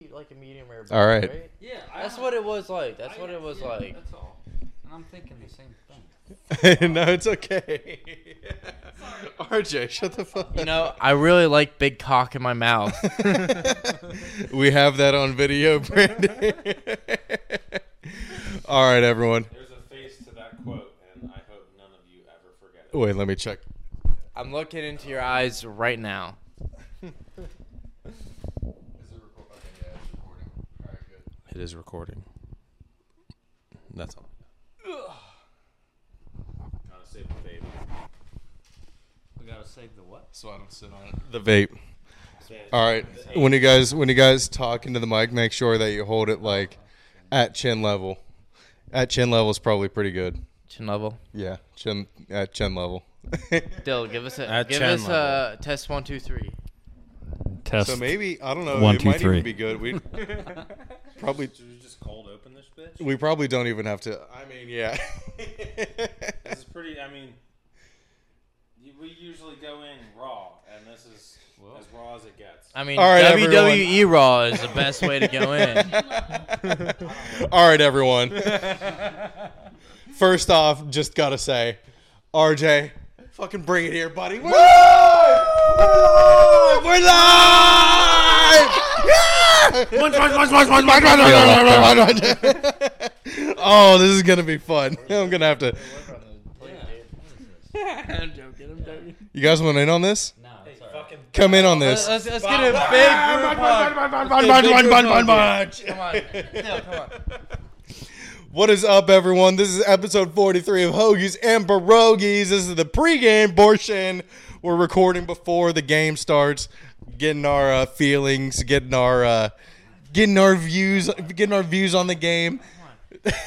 eat like a medium rare. All right. Yeah, I That's don't- what it was like. That's I- what it was yeah, like. That's all. And I'm thinking the same thing. no, it's okay. RJ, shut the fuck You know, I really like big cock in my mouth. up. we have that on video, Brandon. All right, everyone. There's a face to that quote, and I hope none of you ever forget it. Wait, let me check. I'm looking into your eyes right now. Is it record- okay, yeah, it's recording. All right, good. It is recording. That's all. Gotta save the baby. We gotta save the what? So I don't sit on it. The vape. Save Uh, All right. When you guys when you guys talk into the mic, make sure that you hold it like at chin level. At chin level is probably pretty good. Chin level. Yeah, chin at chin level. Dill, give us a At give chin us level. a test one two three. Test. so maybe I don't know. One, it two, might three. even be good. We probably Should we just cold open this bitch? we probably don't even have to. I mean, yeah. This is pretty. I mean, y- we usually go in raw, and this is as raw as it gets. I mean, All right, WWE Raw is the best way to go in. All right, everyone. First off, just gotta say, RJ, fucking bring it here, buddy. We're live. We're live. We're live. Yeah! oh, this is gonna be fun. I'm gonna have to. I'm joking. I'm joking. You guys want in on this? No, it's Come in on Let's, this. let's, let's get a big group hug. Come on, Dill, come on. What is up, everyone? This is episode 43 of Hoagies and Pierogies. This is the pregame portion. We're recording before the game starts, getting our uh, feelings, getting our uh, getting our views, getting our views on the game.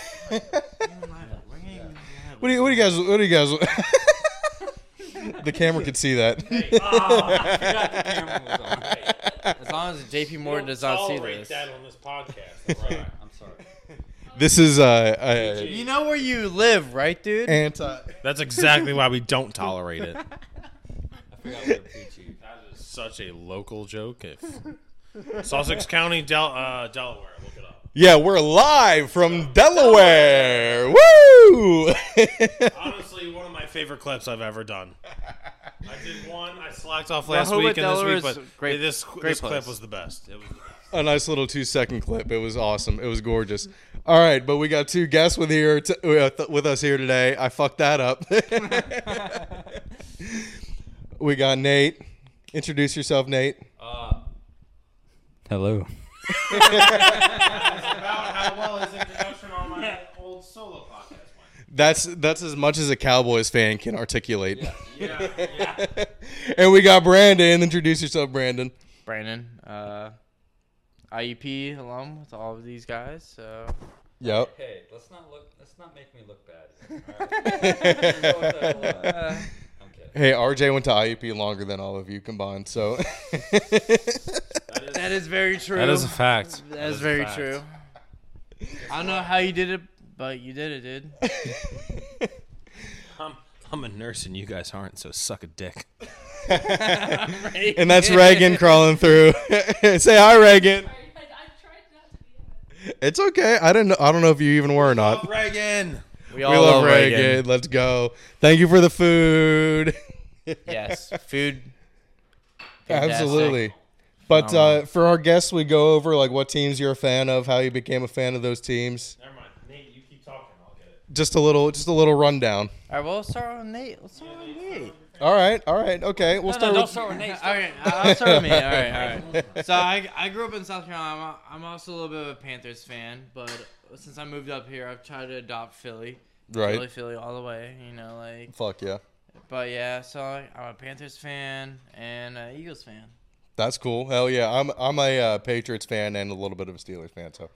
What do you, what do you guys? What do you guys? the camera could see that. Ah, As long as JP Morgan does not see Tolerate this. that on this podcast. all right? I'm sorry. This is uh, uh You know where you live, right, dude? anti. That's exactly why we don't tolerate it. I forgot we were PG. That is Such a local joke. If Sussex County, Del- uh, Delaware. Look it up. Yeah, we're live from Delaware. Woo! Honestly, one of my favorite clips I've ever done. I did one. I slacked off Well, last who week at and this Delaware is week, but great- this great this place. clip was the best. It was the best. a nice little two second clip. It was awesome. It was gorgeous. All right, but we got two guests with here t- with with us here today. I fucked that up. we got Nate. Introduce yourself, Nate. uh, Hello. about how well his introduction on my old solo podcast went. That's that's as much as a Cowboys fan can articulate. Yeah, yeah. and we got Brandon. Introduce yourself, Brandon. Brandon, uh, IUP alum with all of these guys. So Yep. Hey, let's not look. Let's not make me look bad. All right. I'm kidding. Hey, RJ went to IUP longer than all of you combined, so that is very true. fact. That is very true. I don't know how you did it, but you did it, dude. I'm, I'm a nurse and you guys aren't, so suck a dick. and that's Reagan crawling through. Say hi, Reagan. I, I tried not to be It's okay. I didn't. I don't know if you even were or not. Reagan. We all we love, love Reagan. Reagan. Let's go. Thank you for the food. Yes, food. fantastic. Absolutely. But uh, Phenomenal. for our guests, we go over like what teams you're a fan of, how you became a fan of those teams. Never mind. Nate, you keep talking. I'll get it. Just a little, just a little rundown. All right, well, let's start with Nate. Let's start with Nate. All right, all right, okay. We'll No, start no, don't with. start with Nate. All right, I'll start with me. All right, all right. So I, I grew up in South Carolina. I'm, I'm also a little bit of a Panthers fan, but since I moved up here, I've tried to adopt Philly. Right. Philly, Philly, all the way. You know, like. Fuck yeah, But yeah, so I- I'm a Panthers fan and an Eagles fan. that's cool. Hell yeah, I'm I'm a uh, Patriots fan and a little bit of a Steelers fan. So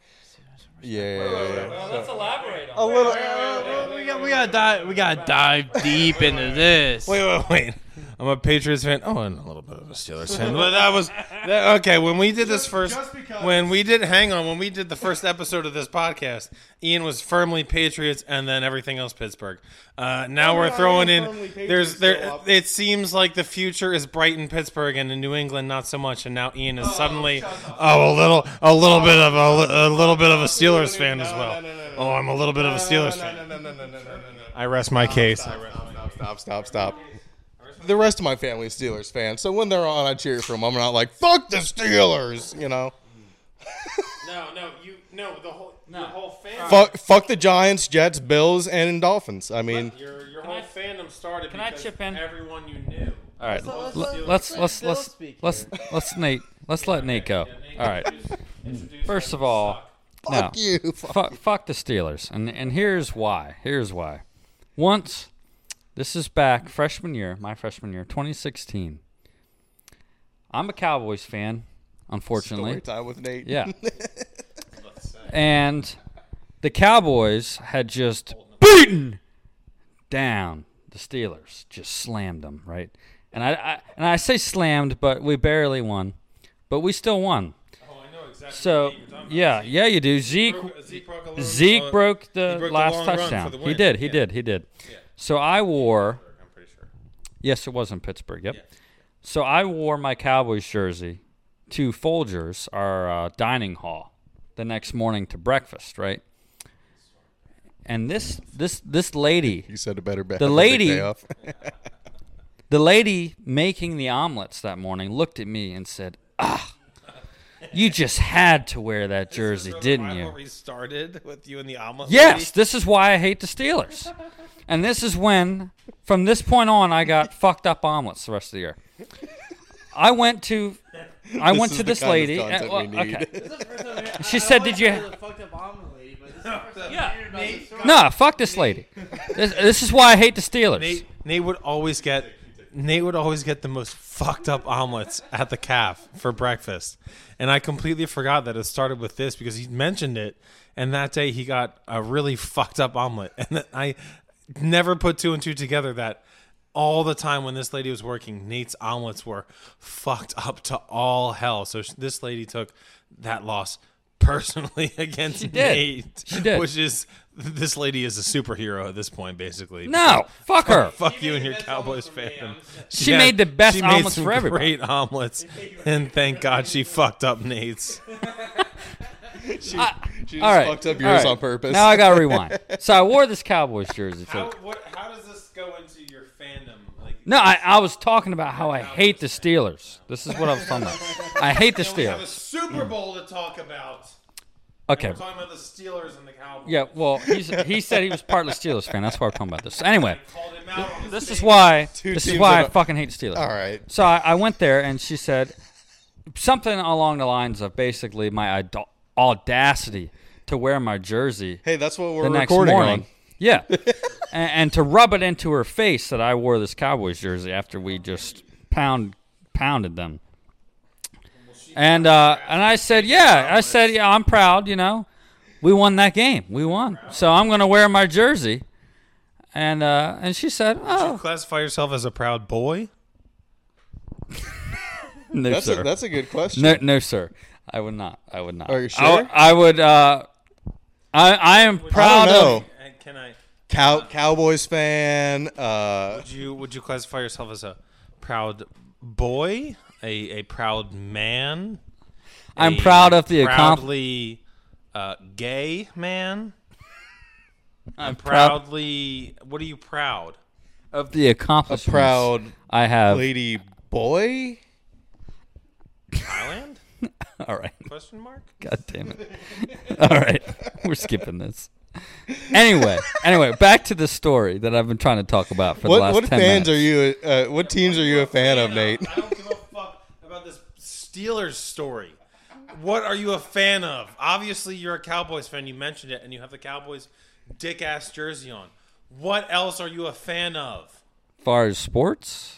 yeah, yeah, yeah. Well, let's elaborate on a that. little. We got we gotta dive we gotta dive deep into this. Wait, wait, wait. I'm a Patriots fan. Oh, and a little bit of a Steelers fan. But that was that, okay. When we did this first, just because. when we did, hang on, when we did the first episode of this podcast, Ian was firmly Patriots, and then everything else Pittsburgh. Uh, now I'm we're not throwing even in. Oh, firmly Patriots There's there. still up. It seems like the future is bright in Pittsburgh and in New England, not so much. And now Ian is suddenly oh a little a little bit of a, li- a little bit of a Steelers fan as no, well. no, no, no, no. Oh, I'm a little bit of a Steelers fan. No, no, no, no, no, no, no, no, no. I rest my case. I rest- Stop, stop, stop, stop, stop. The rest of my family is Steelers fans, so when they're on, I cheer for them. I'm not like fuck the Steelers, you know. No, no, you no the whole No. your whole fandom. Fuck, fuck the Giants, Jets, Bills, and Dolphins. I mean, Your your whole fandom started I because chip in? everyone you knew. All right. Let's- Let's let's let's let's let's Nate let's let Nate go. All right. First of all, no. fuck you. Fuck. Fuck, fuck the Steelers. And and here's why. Here's why. Once this is back freshman year, my freshman year, 2016. I'm a Cowboys fan, unfortunately. Story time with Nate. Yeah. and the Cowboys had just beaten down the Steelers, just slammed them, right? And I, I and I say slammed, but we barely won, but we still won. Oh, I know exactly So what you're talking about. yeah, yeah, you do. Zeke Zeke broke a long- Zeke uh, broke he the broke the last long run for touchdown. the he win. did. He Yeah. did. He did. So I wore. I'm pretty sure. Yes, it was in Pittsburgh. Yep. So I wore my Cowboys jersey to Folgers, our uh, dining hall, the next morning to breakfast, right? And this this this lady, You said it better. bet- The have a big lady- day off. the lady making the omelets that morning, looked at me and said, "Ah, you just had to wear that jersey, didn't you?" started with you and the omelet. Yes, this is why I hate the Steelers. And this is when, from this point on, I got fucked up omelets the rest of the year. I went to, I went is to the this kind of lady. and- content well, we need. okay. She She said, "Did you- Fucked up omelet lady, but this is the first I've heard about this story. No, fuck this lady. This, this is why I hate the Steelers. Nate, Nate would always get Nate would always get the most fucked up omelets at the calf for breakfast. And I completely forgot that it started with this because he mentioned it and that day he got a really fucked up omelet and that I never put two and two together that all the time when this lady was working, Nate's omelets were fucked up to all hell. So sh- this lady took that loss personally against did. Nate, She did. which is this lady is a superhero at this point, basically. No, fuck her. Fuck you made and the your best Cowboys omelet for me, fan. I'm She made the best she omelets some for everybody. Great omelets, and thank God she fucked up Nate's. She just All right, fucked up all yours right. on purpose. Now I got to rewind. So I wore this Cowboys jersey. To How, what, how does this go into your fandom? Like, No, I, I was talking about how I hate the Steelers. This is what I was talking about. I hate the we have a Steelers. Super Bowl to talk about. Okay. We're talking about the Steelers and the Cowboys. Yeah, well, he's, he said he was partly Steelers fan. That's why we're talking about this. Anyway, Called him out on his this is statement. why Two this is teams why that I are- fucking hate the Steelers. All right. So I, I went there and she said something along the lines of basically my ad- audacity to wear my jersey Hey, that's what we're the next recording morning. on. Yeah, and, and to rub it into her face that I wore this Cowboys jersey after we just pound pounded them. And uh, and I said, yeah, I said, yeah, I'm proud. You know, we won that game. We won. So I'm gonna wear my jersey. And uh, and she said, oh, Classify yourself as a proud boy. no That's sir, a, that's a good question. no no sir, I would not. I would not. Are you I, sure? w- I would. Uh, I I am I proud don't of. know. And can I? Cow, Cowboys fan. Uh, Would you would you classify yourself as a proud boy, a a proud man? I'm a proud of the accomplishment. proudly uh, gay man. I'm proud Proudly, what are you proud? of the accomplishments. proud I have. lady boy. Thailand? All right. Question mark. God damn it. All right. We're skipping this. Anyway, anyway, back to the story that I've been trying to talk about for the What last what 10 fans minutes. are you? Uh, what teams are you a fan of, Nate? I don't give a fuck about this Steelers story. What are you a fan of? Obviously, you're a Cowboys fan. You mentioned it, and you have the Cowboys dick ass jersey on. What else are you a fan of? As far as sports?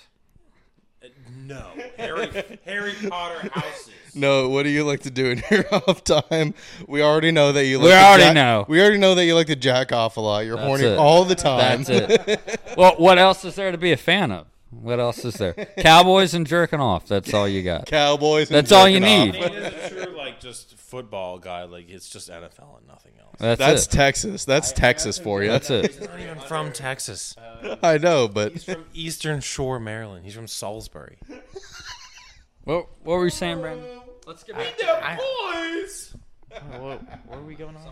No, Harry Harry Potter houses. No, what do you like to do in your off time? We already know that you. Like We to already jack- know. We already know that you like to jack off a lot. You're horny it. all the time. That's it. well, what else is there to be a fan of? What else is there? Cowboys and jerking off. That's all you got. Cowboys. and That's all you jerking off. need. Nate is a true like just football guy. Like it's just NFL and nothing else. That's, That's it. Texas. That's Texas for you. That's it. Not even From Texas. I know, but He's from Eastern Shore, Maryland. He's from Salisbury. What, what were you saying, Brandon? Let's get back. what, what are we going on?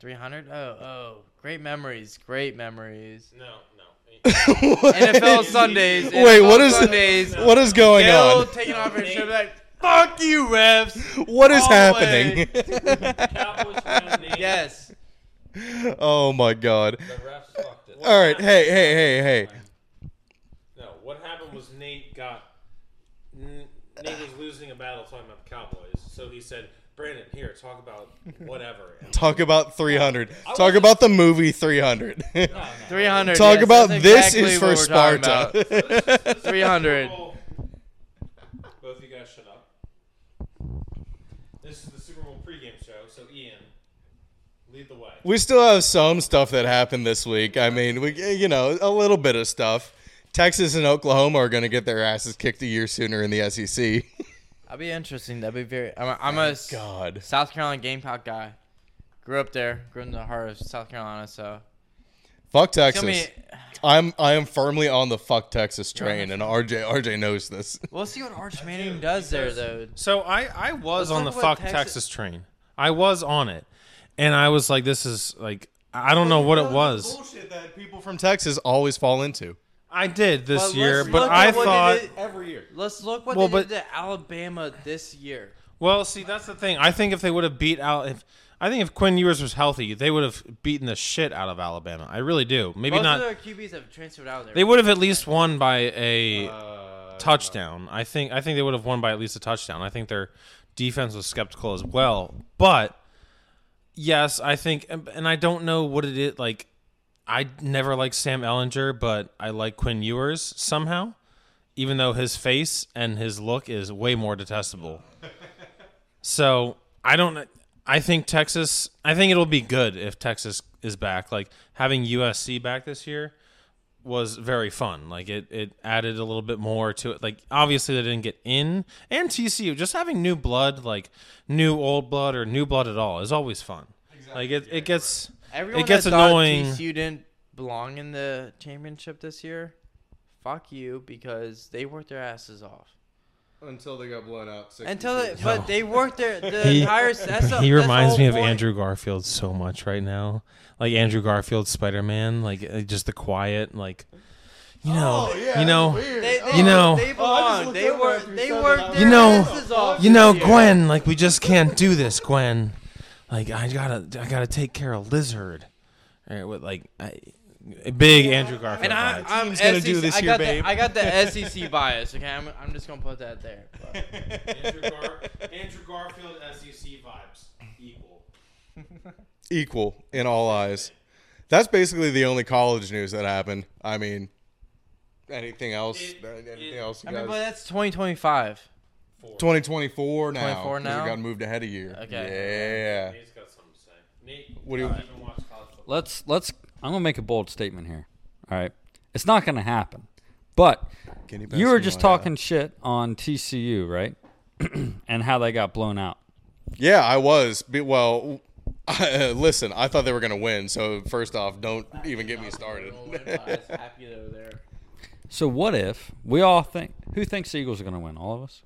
300? Oh, oh. Great memories. Great memories. No, no. NFL Sundays. Wait, NFL what is- Sundays? what is going Bill on? taking off his shirt like, fuck you, refs. What is all the happening? Cowboys fan Nate. Yes. oh my god. The refs fucked it. All right, hey, hey, hey, hey. No, what happened was Nate got N- Nate was losing a battle talking about the Cowboys, so he said, "Brandon, here, talk about whatever." And Talk about 300. Talk about the movie 300. 300. Talk yes, about that's this exactly is what for we're talking about. Sparta. 300. Both of you guys shut up. This is the Super Bowl pregame show, so Ian, lead the way. we still have some stuff that happened this week. I mean, we you know, a little bit of stuff. Texas and Oklahoma are going to get their asses kicked a year sooner in the E SEC. That'd be interesting. That'd be very. I'm a, I'm a s- God. South Carolina Gamecock guy. Grew up there. Grew in the heart of South Carolina, so. Fuck It's gonna Texas. be- I'm I am firmly on the fuck Texas train and RJ RJ knows this. We'll see what Arch Manning does there, though. So I, I was Let's on the talk fuck about Texas. Texas. train. I was on it. And I was like, this is like, I don't know what it was. Bullshit that people from Texas always fall into. I did this let's year, but look I at what it thought. is- every year. Let's look what Well, they but- did to Alabama this year. Well, see, that's the thing. I think if they would have beat out, if I think if Quinn Ewers was healthy, they would have beaten the shit out of Alabama. I really do. Maybe Most not. of their QBs have transferred out of there. They would have at least won by a touchdown. I think. I think they would have won by at least a touchdown. I think their defense was skeptical as well. But yes, I think, and and I don't know what it is. Like, I never liked Sam Ellinger, but I like Quinn Ewers somehow, even though his face and his look is way more detestable. So I don't. I think Texas. I think it'll be good if Texas is back. Like having USC back this year was very fun. Like it, it added a little bit more to it. Like obviously they didn't get in, and TCU just having new blood, like new old blood or new blood at all, is always fun. Like it, it gets. Everyone it gets that thought annoying. TCU didn't belong in the championship this year. Fuck you, because they worked their asses off. Until they got blown out. Until, they, but they worked their the He- entire. That's the- he that's the reminds whole me of point. Andrew Garfield so much right now. Like Andrew Garfield's Spider Man, like uh, just the quiet, like you know, you know, They, they, You know- they Oh, belong. I just looked they over worked. after you They said that. worked. Their You know- asses off you know, this year. Gwen, like we just can't do this, Gwen. Like I gotta, I gotta take care of Lizard. All right, with like I, big Andrew And Garfield. I, vibes. I'm team's gonna SEC, do this I year, got babe. The, I got the SEC bias. Okay, I'm, I'm just gonna put that there. but- Oh. Andrew, Gar- Andrew Garfield SEC vibes equal. Equal in all eyes. That's basically the only college news that happened. I mean, anything else? It- anything it- else? You I mean, guys? but that's 2025. 2024 now. 24 'cause now? It got moved ahead a year. Okay. Yeah. Nate's got something to say. Nate, What do you- I don't even watch college football. Let's let's. I'm gonna make a bold statement here. All right, it's not gonna happen. But Can pass you were me just my, uh, talking shit on TCU, right? and how they got blown out. Yeah, I was. Be- Well, listen, I thought they were gonna win. So first off, don't even get me started. happy they're there. So what if we all think who thinks the Eagles are gonna win? All of us.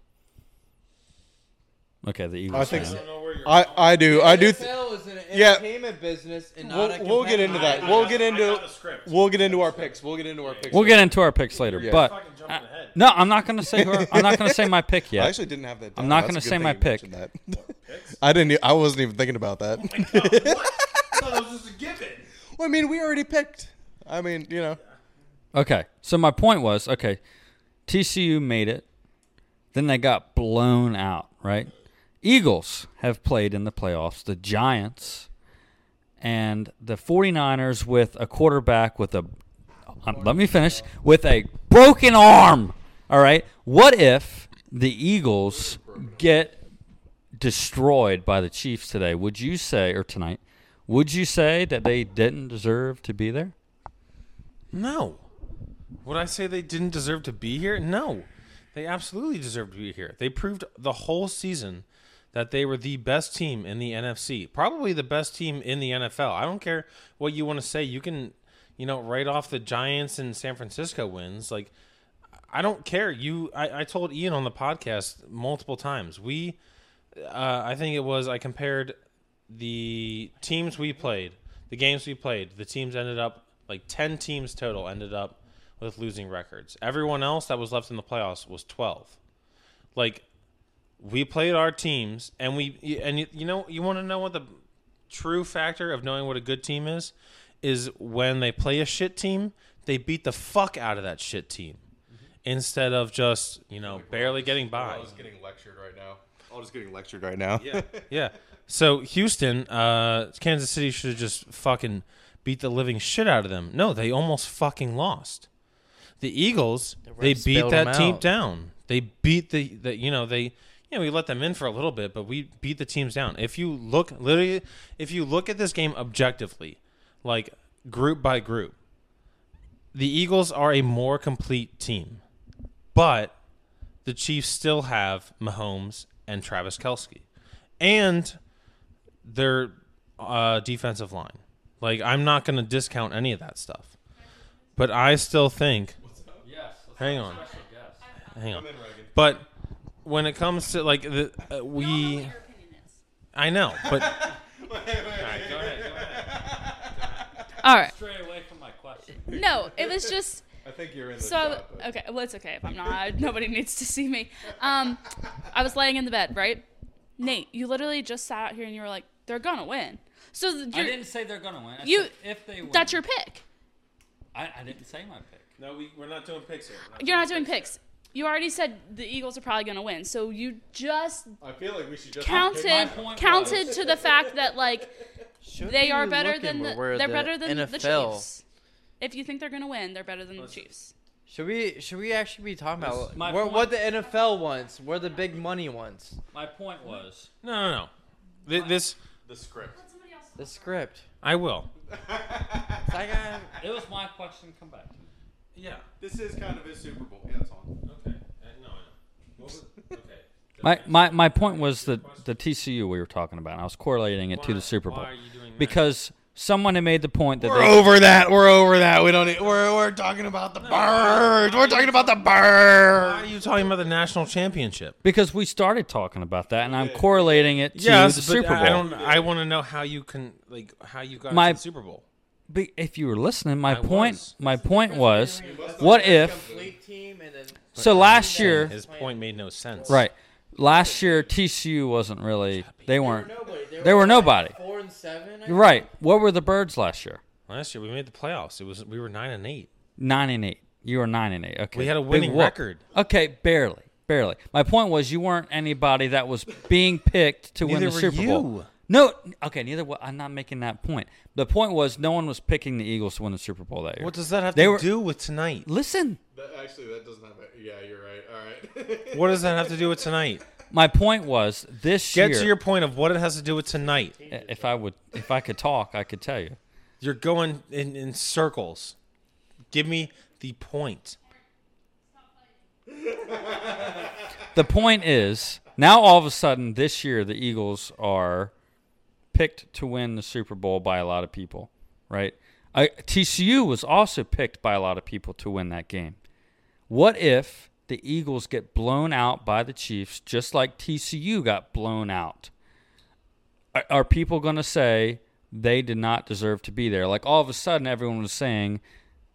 Okay, the Eagles. I think fan. so. I don't know where you're I I do I do. Th- NFL is an Yeah. entertainment business, and not we'll, a we'll get into that. competitive- We'll get I into got the script. we'll get into our picks. We'll get into our picks. We'll get into our picks later, Yeah. but Fucking jumping ahead. no, I'm not gonna say who I'm not gonna say my pick I yet. actually didn't have that. Down. I'm not That's gonna a good say thing you my mentioned That. I didn't. e- I wasn't even thinking about that. No, that was just a given. well, I mean, we already picked. I mean, you know. Okay, so my point was okay, TCU made it, then they got blown out, right? Eagles have played in the playoffs, the Giants, and the 49ers with a quarterback with a. um, let me finish. With a broken arm, all right? What if the Eagles get destroyed by the Chiefs today? Would you say, or tonight, would you say that they didn't deserve to be there? no, Would I say they didn't deserve to be here? No. They absolutely deserve to be here. They proved the whole season that they were the best team in the NFC. Probably the best team in the NFL. I don't care what you want to say. You can, you know, write off the Giants and San Francisco wins. Like, I don't care. You, I, I told Ian on the podcast multiple times. We, uh, I think it was I compared the teams we played, the games we played. The teams ended up like ten teams total ended up with losing records. Everyone else that was left in the playoffs was twelve. Like we played our teams, and we and you, you know you want to know what the true factor of knowing what a good team is is when they play a shit team, they beat the fuck out of that shit team. Instead of just you know barely getting by, I was getting lectured right now. I was getting lectured right now. Yeah. yeah. So Houston, uh, Kansas City should have just fucking beat the living shit out of them. No, they almost fucking lost. The Eagles, they Reds beat bailed that them team out. down. They beat the, the you know they you know we let them in for a little bit, but we beat the teams down. If you look literally, if you look at this game objectively, like group by group, the Eagles are a more complete team, but the Chiefs still have Mahomes and Travis Kelsey, and their uh, defensive line. Like I'm not going to discount any of that stuff, but I still think. Hang on. Hang on. But when it comes to like the uh, We. we, I know, but All right. Stray away from my question. No, it was just I think you're in the so. I w- okay, well, it's okay if I'm not. Nobody needs to see me. Um, I was laying in the bed, right? Nate, you literally just sat out here and you were like, "They're gonna win." So th- I you're, didn't say they're gonna win. I You- said if they win, that's your pick. I, I didn't say my pick. No, we, we're not doing picks here. We're You're not doing picks. You already said the Eagles are probably gonna win, so you just I feel like we should just counted point counted to the fact that like Should they be are better looking than the, where we're they're the better than the NFL. Chiefs. If you think they're gonna win, they're better than the Chiefs. Should we should we actually be talking about my where, point. what the NFL wants, where the big money wants, My point was no, no, no. Th- this the script. the script? I will. It's like, I- it was my question. Come back. to me. Yeah. This is kind of his Super Bowl. Yeah, that's on. Okay. Uh, No, I know. okay. My, my, my point was the, the TCU we were talking about. and I was correlating it to the Super Bowl Why are you doing that? because someone had made the point that We're they, over that. We're over that. We don't. Need, we're we're talking about the birds. We're talking about the Why are birds. you talking about the national championship? because we started talking about that, and I'm correlating it to the Super Bowl. I don't. I want to know how you can like how you got My- to the Super Bowl. Be- if you were listening, my I point was. my point was, what if complete team and then so last year His point made no sense. right last year TCU wasn't really they weren't nobody. They They were like nobody. four and seven. I You're right. What were the birds last year? Last year we made the playoffs. It was we were nine and eight. Nine and eight. You were nine and eight. Okay. We had a Big winning whoop. record. Okay, barely, barely. My point was you weren't anybody that was being picked to win Neither the were Super Bowl. you. No, okay. Neither was I'm not making that point. The point was no one was picking the Eagles to win the Super Bowl that year. What does that have They to were- do with tonight? Listen, actually, that doesn't have. Yeah, you're right. All right. What does that have to do with tonight? my point was this Get year. to your point of what it has to do with tonight. if I would, if I could talk, I could tell you. You're going in, in circles. Give me the point. The point is now all of a sudden this year the Eagles are picked to win the Super Bowl by a lot of people, right? I, TCU was also picked by a lot of people to win that game. What if the Eagles get blown out by the Chiefs just like TCU got blown out? Are, are people going to say they did not deserve to be there? Like all of a sudden everyone was saying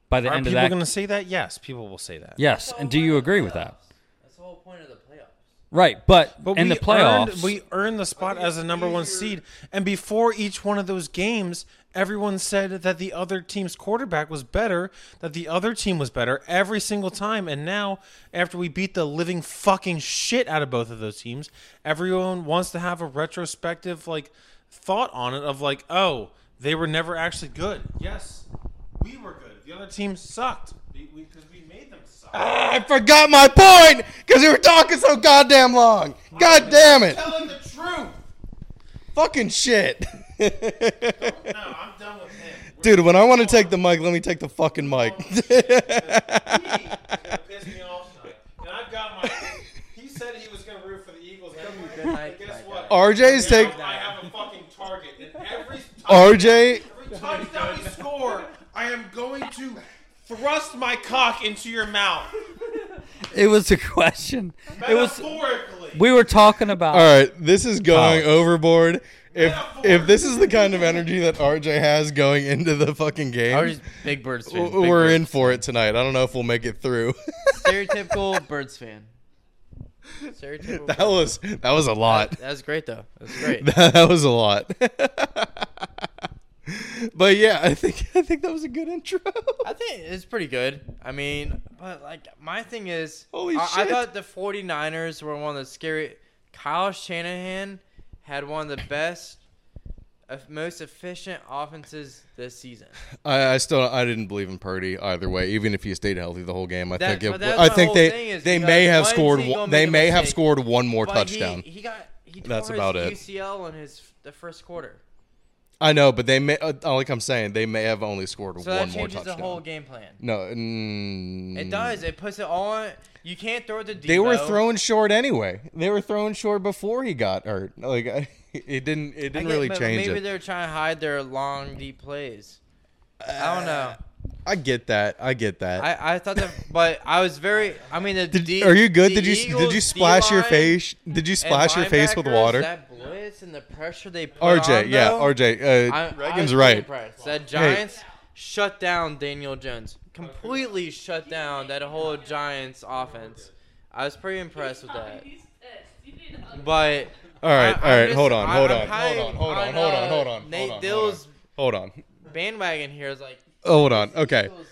by the Are end people of that going to say that? Yes, people will say that. Yes, and do you agree with that? That's the whole point of the playoffs. Right, but, in we the playoffs, earned, we earned the spot as the number one seed. And before each one of those games, everyone said that the other team's quarterback was better, that the other team was better every single time. And now, after we beat the living fucking shit out of both of those teams, everyone wants to have a retrospective like thought on it of like, oh, they were never actually good. Yes, we were good. The other team sucked because we, 'cause we made them suck. I forgot my point because we were talking so goddamn long. God damn it! Telling the truth. Fucking shit. No, I'm done with him. Dude, when I want to take the mic, let me take the fucking mic. He's gonna piss me off tonight. And I've got my. He said he was gonna root for the Eagles. Anyway. night, But guess night, uh, what? RJ's Now take I have a fucking target, and every time, RJ. every touchdown we score, I am going to thrust my cock into your mouth It was a question. It was. metaphorically. We were talking about. All right, this is going overboard. If if this is the kind of energy that RJ has going into the fucking game, I was just big Birds fan. w- big we're Birds. in for it tonight. I don't know if we'll make it through. Stereotypical Birds fan. Stereotypical. that was that was a lot. That was great though. That was great. that was a lot. but yeah, I think I think that was a good intro. I think it's pretty good. I mean, but like my thing is, Holy I, I shit. thought the 49ers were one of the scary. Kyle Shanahan had one of the best, of most efficient offenses this season. I, I still I didn't believe in Purdy either way. Even if he stayed healthy the whole game, I That- think but it, that's I my think whole thing they is they because may have when's scored he one, gonna they make a may have mistake? scored one more But he- touchdown. He, got he That's tore about it. his UCL in his the first quarter, I know, but they may uh, like I'm saying they may have only scored so one that more changes touchdown. the whole game plan. No, mm, It does. It puts it all on. You can't throw the. Debo. They were throwing short anyway. They were throwing short before he got hurt. Like I, it didn't it I didn't get- really but change Maybe it. they're trying to hide their long deep plays. I Uh, don't know. I get that. I get that. I, I thought that, but I was very. I mean, the Did- D, are you good? the Did you did you Eagles' splash your D-line face? Did you and splash your face with linebackers, water? That blitz and the pressure they put RJ, on, yeah, though, RJ. Uh, I- I was Reagan's pretty right. impressed. That Giants shut down Daniel Jones. Completely shut down that whole Giants offense. I was pretty impressed with that. He's pissed. You need to But All right, I- I'm all right. just- Hold on, I- hold I'm on, hold high on, hold on, on, hold on, uh, hold on, Nate hold on, hold on. Dill's- Hold on, oh, bandwagon here is like. hold on. Okay, Eagles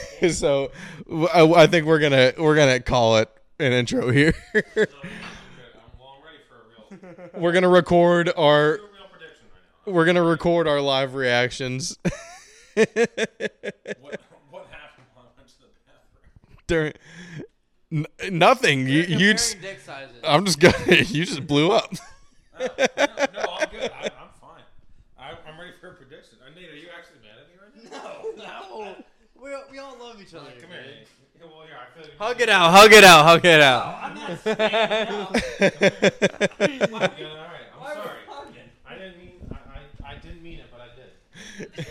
to TCU. so w- I, I think we're gonna we're gonna call it an intro here. Well, I'm ready for a real, real we're gonna record our prediction right we're gonna record our live reactions now. What, what happened when I went to the bathroom? during. N- nothing. You you. Comparing just- Uh, dick sizes. I'm just gonna. You just blew up. No, no, I'm good. I, I'm fine. I, I'm ready for a prediction. Uh, Nate, are you actually mad at me right now? No, we we all love each other. Come here, Nate. Yeah, Well, yeah, I feel you. Hug it out. Hug it out. Hug it out. Yeah, all right. I'm sorry. I didn't mean. I, I, I didn't mean it, but I did.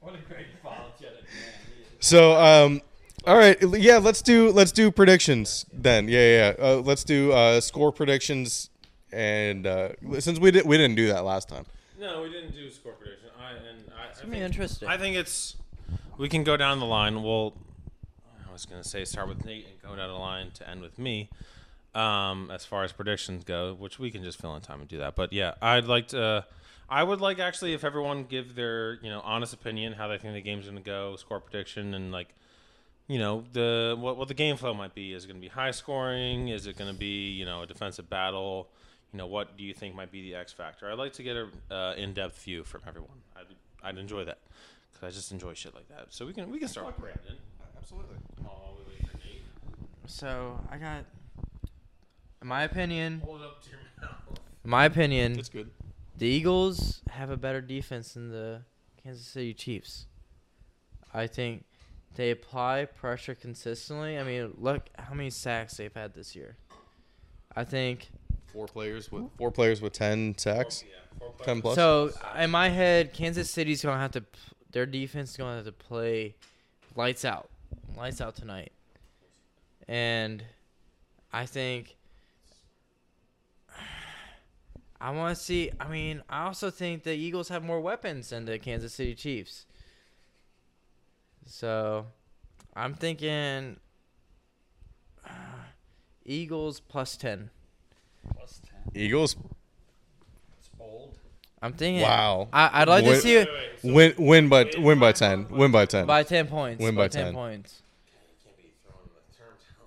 What a great apologetic man. So um all right, yeah, let's do let's do predictions then. Yeah, yeah. yeah. Uh, let's do uh, score predictions and uh, since we did we didn't do that last time. No, we didn't do score prediction. I and I. I Be think- interesting. I think it's. We can go down the line. We'll. I was gonna say start with Nate and go down the line to end with me. Um, as far as predictions go, which we can just fill in time and do that. But yeah, I'd like to. I would like actually if everyone give their you know honest opinion how they think the game's gonna go, score prediction, and like you know the what what the game flow might be. Is it gonna be high scoring? Is it gonna be you know a defensive battle? You know what do you think might be the X factor? I'd like to get a uh, in depth view from everyone. I'd, I'd enjoy that because I just enjoy shit like that. So we can we can start with Brandon. Absolutely. Oh, we wait for Nate. so I got. In my opinion, Hold it up to your mouth. in my opinion, good. the Eagles have a better defense than the Kansas City Chiefs. I think they apply pressure consistently. I mean, look how many sacks they've had this year. I think Four players with four players with 10 sacks. Ten plus. So in my head, Kansas City's gonna have to. p- Their defense is gonna have to play lights out, lights out tonight. And I think I want to see. I mean, I also think the Eagles have more weapons than the Kansas City Chiefs. So I'm thinking uh, Eagles plus ten. Eagles. I'm thinking. Wow. I, I'd like to Wait- see it Win win by win by 10. Win by 10. by ten points. Win by, by ten, 10. points.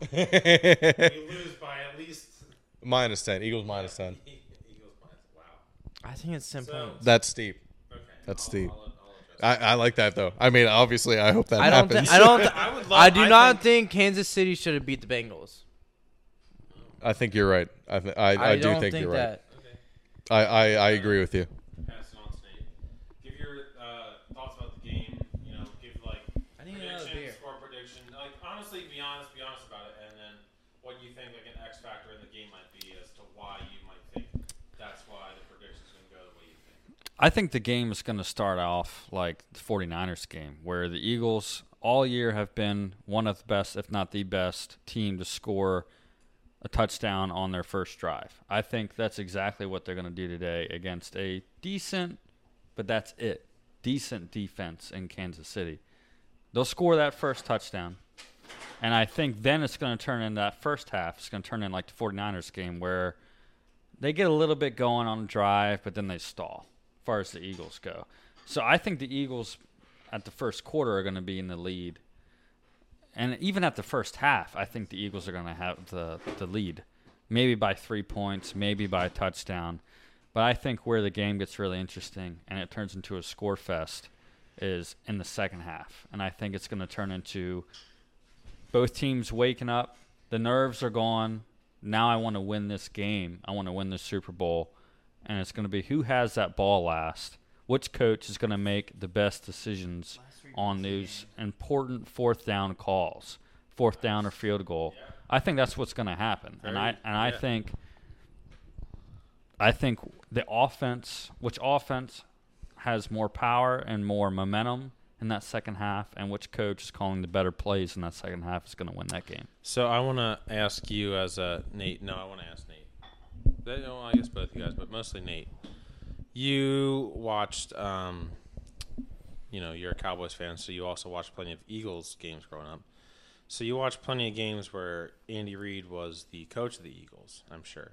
You lose by at least. minus 10. Eagles minus 10. Eagles minus. Wow. I think it's ten points. That's steep. Okay. That's I'll- steep. I'll- I'll address I, I like that though. I mean, obviously, I hope that I don't. Th- happens. I don't. Th- I would love- I do I not think, Kansas City should have beat the Bengals. I think you're right. I th- I, I, I, do don't think, you're right. that. I, I I agree with you. it. Pass it on to Nate. Give your uh, thoughts about the game. You know, give like I need another prediction, beer. score prediction. Like honestly, be honest, be honest about it, and then what you think like an X factor in the game might be as to why you might think that's why the prediction's gonna go the way you think. I think the game is going to start off like the 49ers game, where the Eagles all year have been one of the best, if not the best, team to score a touchdown on their first drive. I think that's exactly what they're going to do today against a decent, but that's it, decent defense in Kansas City. They'll score that first touchdown. And I think then it's going to turn into that first half. It's going to turn in like the 49ers game where they get a little bit going on a drive, but then they stall as far as the Eagles go. So I think the Eagles at the first quarter are going to be in the lead. And even at the first half, I think the Eagles are going to have the, the lead. Maybe by three points, maybe by a touchdown. But I think where the game gets really interesting and it turns into a score fest is in the second half. And I think it's going to turn into both teams waking up. The nerves are gone. Now I want to win this game. I want to win the Super Bowl. And it's going to be who has that ball last. Which coach is going to make the best decisions on those important fourth down calls, fourth down or field goal? I think that's what's going to happen. and I and I think I think the offense, which offense has more power and more momentum in that second half, and which coach is calling the better plays in that second half is going to win that game. So I want to ask you as a Nate. No, I want to ask Nate. They- Well, I guess both you guys, but mostly Nate. You watched, um, you know, you're a Cowboys fan, so you also watched plenty of Eagles games growing up. So you watched plenty of games where Andy Reid was the coach of the Eagles, I'm sure.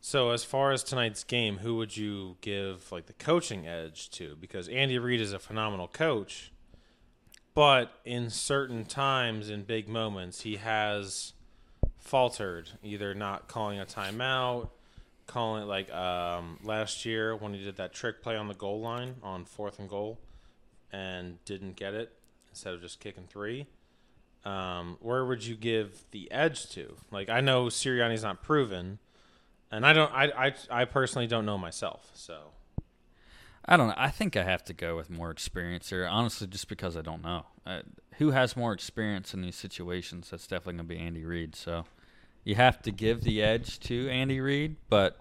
So as far as tonight's game, who would you give like the coaching edge to? Because Andy Reid is a phenomenal coach but in certain times in big moments he has faltered either not calling a timeout calling like um, last year when he did that trick play on the goal line on fourth and goal and didn't get it instead of just kicking three um, where would you give the edge to like i know sirianni's not proven and i don't i i, I personally don't know myself so I don't know. I think I have to go with more experience here, honestly, just because I don't know. Uh, who has more experience in these situations? That's definitely going to be Andy Reid. So you have to give the edge to Andy Reid, but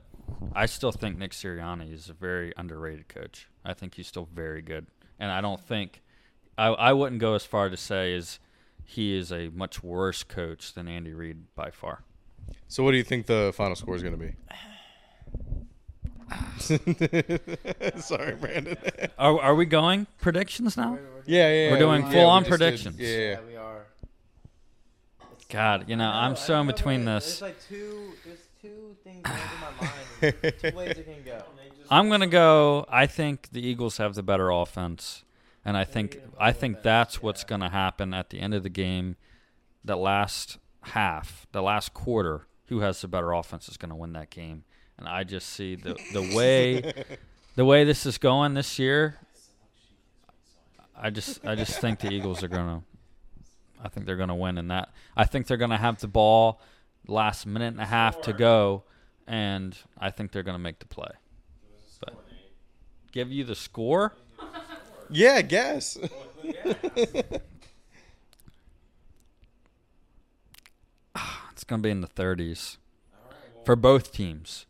I still think Nick Sirianni is a very underrated coach. I think he's still very good. And I don't think, I, I wouldn't go as far to say is he is a much worse coach than Andy Reid by far. So, what do you think the final score is going to be? Sorry, Brandon. Are, are we going predictions now? Oh. Yeah, yeah. We're yeah, doing we- yeah, full-on we just did- predictions. Yeah, yeah. we are. God, you know, I'm so in between this. There's like two. There's two things going through my mind. and Two ways it can go. I'm gonna go. I think the Eagles have the better offense, and I think I think that's what's gonna happen at the end of the game. The last half, the last quarter, who has the better offense is gonna win that game. And I just see the the way the way this is going this year. I just I just think the Eagles are gonna. I think they're gonna win in that. I think they're gonna have the ball last minute and a half to go, and I think they're gonna make the play give you the score. Yeah, I guess. It's going to be in the 30s for both teams.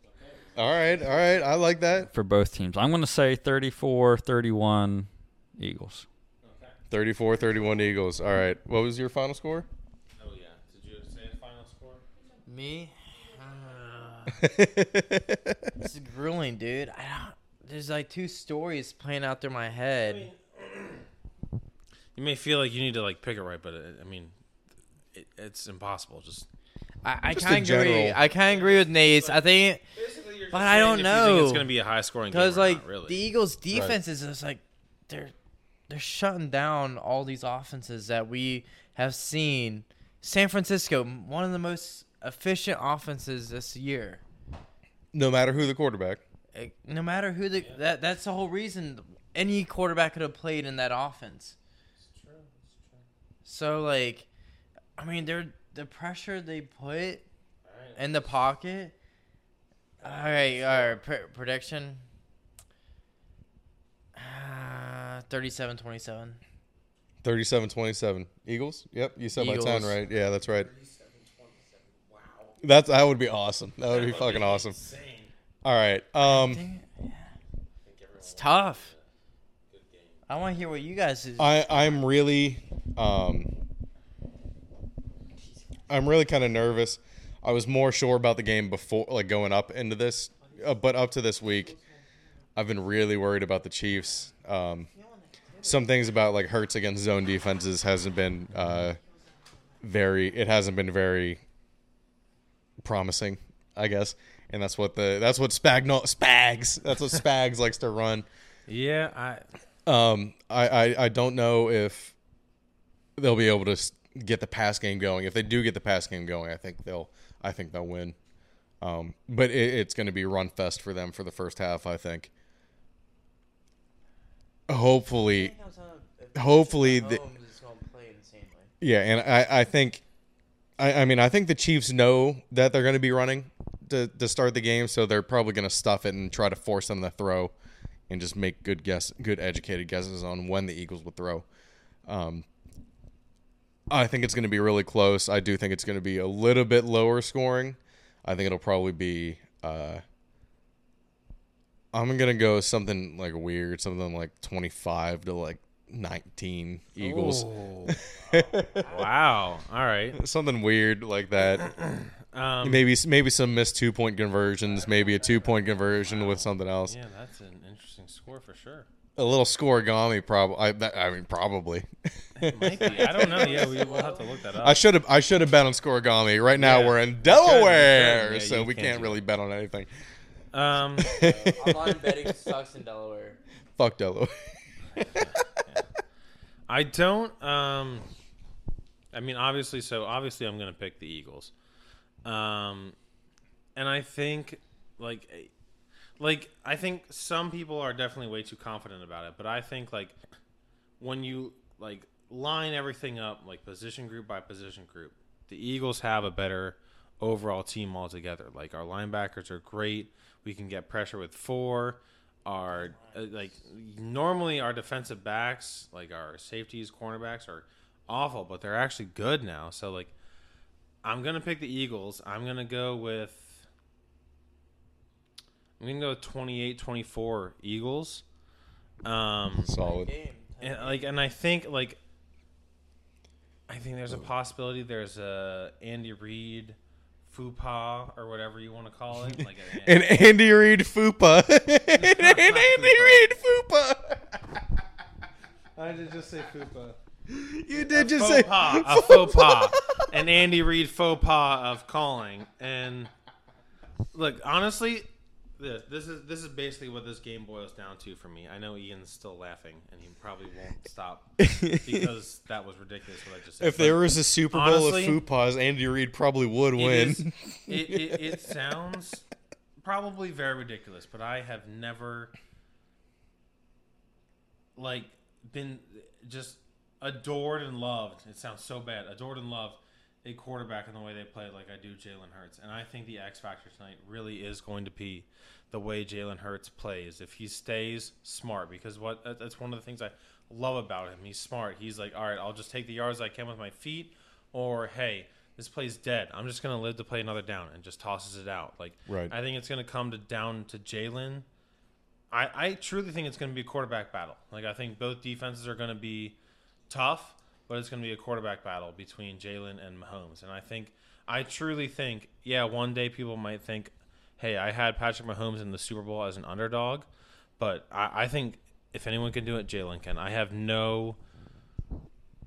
all right, all right. I like that. For both teams. I'm going to say 34 31 Eagles. 34 31 Eagles. All right. What was your final score? oh yeah did you say the final score Me. Uh, This is grueling, dude. I don't. There's like two stories playing out through my head. You may feel like you need to like pick it right, but it, I mean, it, it's impossible. Just I, I Just kind in of agree. general. I kind of agree with Nate's. I think But I don't know. it's gonna be a high scoring game. because Because like really. the Eagles' defense is just like they're they're shutting down all these offenses that we have seen. San Francisco, m- one of the most efficient offenses this year. No matter who the quarterback. Eh, No matter who the that that's the whole reason any quarterback could have played in that offense. So like, I mean, they're the pressure they put in the pocket. All right, all right. Pre- prediction. Ah, 37 27. 37 27. Eagles? Yep. You said my 10, Eagles. right? Yeah, that's right. That's that would be awesome. That would be fucking awesome. All right. Um It's tough. I want to hear what you guys. I I'm really um I'm really kind of nervous. I was more sure about the game before like going up into this uh, but up to this week I've been really worried about the Chiefs. Um some things about like Hurts against zone defenses hasn't been uh very it hasn't been very promising, I guess. And that's what the that's what Spagno Spags that's what Spags likes to run. Yeah, I Um, I, I, I don't know if they'll be able to s- get the pass game going. If they do get the pass game going, I think they'll I think they'll win. Um, but it, it's going to be run fest for them for the first half. I think. Hopefully, hopefully the, yeah, and I I think. I, I mean, I think the Chiefs know that they're going to be running to, to start the game, so they're probably going to stuff it and try to force them to throw and just make good guess, good educated guesses on when the Eagles would throw. Um, I think it's going to be really close. I do think it's going to be a little bit lower scoring. I think it'll probably be. Uh, I'm gonna go something like weird, something like 25 to like 19 Oh. Eagles, wow. All right. something weird like that. Um, maybe maybe some missed two point conversions, maybe a two point conversion with something else. Yeah, that's an interesting score for sure. A little scoregami, probably. I, that- I mean, probably. Might be. I don't know. Yeah, we, we'll have to look that up. I should have I should have bet on scoregami. Right now Yeah. we're in Delaware, Yeah, so you we can't can't do really bet on anything. Um, Online betting sucks in Delaware. Fuck Delaware. I don't. Um, I mean, obviously, so obviously, I'm going to pick the Eagles. Um, and I think, like, eh, like I think some people are definitely way too confident about it, but I think like when you like line everything up, like position group by position group, the Eagles have a better overall team altogether. Like our linebackers are great. We can get pressure with four. Our uh, like normally our defensive backs, like our safeties, cornerbacks are awful, but they're actually good now. So like I'm gonna pick the Eagles. I'm gonna go with I'm gonna go 28-24 Eagles. Um, Solid. and like and I think like I think there's a possibility there's a Andy Reid fupa or whatever you want to call it like an And Andy Reid Fupa. and Andy Reid Fupa. I did just say fupa. You did just faux say pas, a faux pas, an Andy Reid faux pas of calling. And look, honestly, this this is this is basically what this game boils down to for me. I know Ian's still laughing, and he probably won't stop because that was ridiculous what I just said. If there was a Super Bowl Honestly- of Fupas, Andy Reid probably would It win. is- it, it, it sounds probably very ridiculous, but I have never like been just adored and loved. It sounds so bad. Adored and loved a quarterback in the way they play like I do Jalen Hurts. And I think the X factor tonight really is going to be the way Jalen Hurts plays. If he stays smart, because what that- that's one of the things I love about him. He's smart. He's like, all right, I'll just take the yards I can with my feet, or hey, this play's dead. I'm just gonna live to play another down and just tosses it out. Like, Right. I think it's gonna come to down to Jalen I, I truly think it's going to be a quarterback battle. Like I think both defenses are going to be tough, but it's going to be a quarterback battle between Jalen and Mahomes. And I think I truly think, yeah, one day people might think, hey, I had Patrick Mahomes in the Super Bowl as an underdog, but I, I think if anyone can do it, Jalen can. I have no,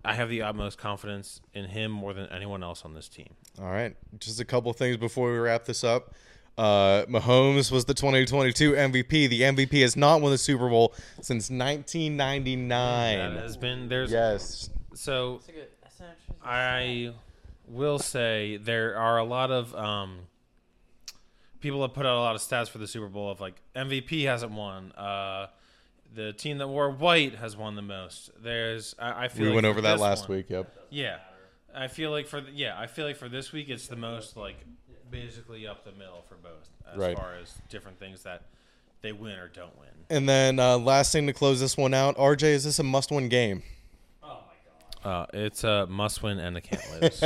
I have the utmost confidence in him more than anyone else on this team. All right. Just a couple things before we wrap this up. Uh, Mahomes was the 2022 MVP. The MVP has not won the Super Bowl since That 1999. has been there's Yes. so I will say there are a lot of um, people that put out a lot of stats for the Super Bowl of like MVP hasn't won. Uh, the team that wore white has won the most. There's I, I feel We like went for over that this last one- week. Yep. Yeah, I feel like for th- yeah I feel like for this week it's the most like basically up the middle for both as Right. far as different things that they win or don't win. And then uh, last thing to close this one out, RJ, is this a must-win game? Uh, it's a must win and a can't lose.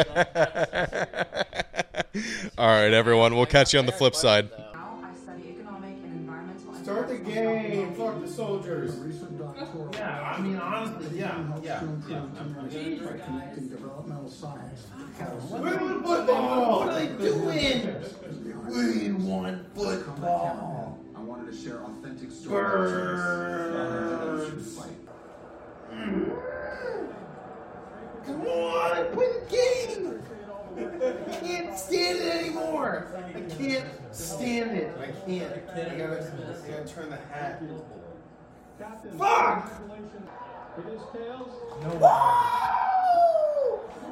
All right, everyone. We'll catch you on the flip side. Now Oh, I study economic and environmental. Start the game. Fuck the soldiers. Yeah, I mean, honestly, yeah, yeah. Women football. What are they doing? We want football. I wanted to share authentic stories. Birds. Come on, quit the game. I can't stand it anymore. I can't stand it. I can't. I gotta, I gotta turn the hat. Fuck! Woo!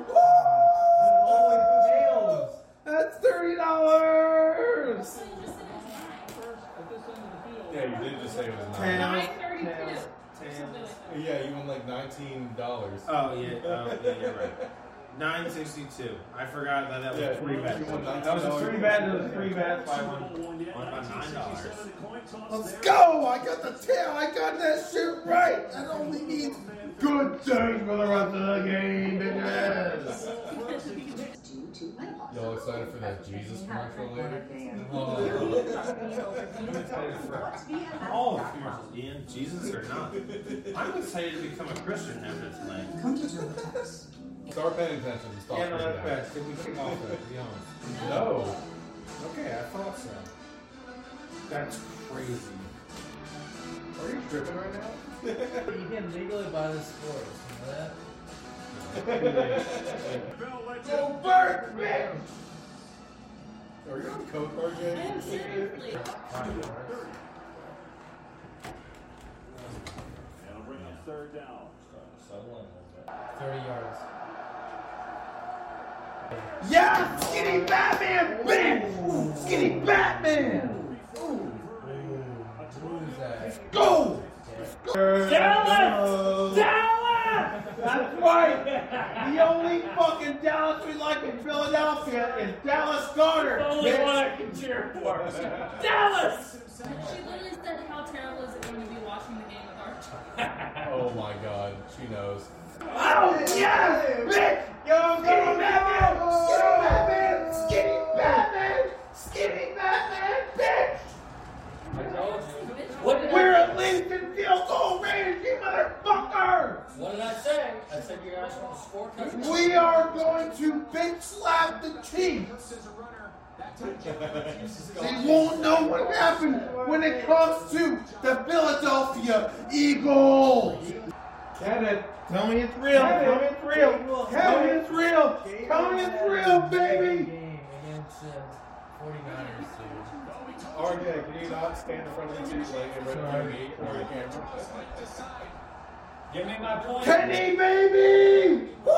Woo! That's thirty dollars. Yeah, you did just say it was nine. Tails. Tails. Yeah, you won like nineteen dollars. Oh yeah, oh, yeah, you're right. Nine sixty two. I forgot that that was Yeah, three you bet. won That was a $19. three bet. That was a three bet by one. By nine dollars. Let's go! I got the tail. I got that shit right. That only means good things for the rest of the game, bitches. Due to menopause. Y'all excited for that Jesus commercial later? All of the commercials, Ian, Jesus or not. I'm excited to become a Christian after tonight. Start paying attention to stop Yeah, no, doing that's that. bad. Did we kick off that, to be honest? No. Okay, I thought so. That's crazy. Are you tripping right now? You can legally buy the sports. You know that? Go birds, bitch! Are you on coke, RJ? Seriously. Thirty yards. Yeah! Skinny Batman, bitch! Skinny Batman! Let's go! Dallas! Dallas! That's right! The only fucking Dallas we like in Philadelphia is Dallas Goddard! The only one I can cheer for! Dallas! She literally said how terrible is it going to be watching the game with our child. Oh my god, she knows. Oh, yes! Bitch! Yo, Skinny Batman! Skinny Batman! Skinny Batman! Skinny Batman! Bitch! We're at least in field goal range, you motherfucker! What did I say? I said you guys want to score touchdown. We are going to bitch slap the Chiefs. They won't know what happened when it comes to the Philadelphia Eagles. Kevin, tell me it's real. Tell me it's real. Tell me it's real. Tell me it's real, baby. Game against the 49ers, RJ, can you not stand in front of the TV like in front of me or the camera? Give me my point. Kenny, baby. Woo!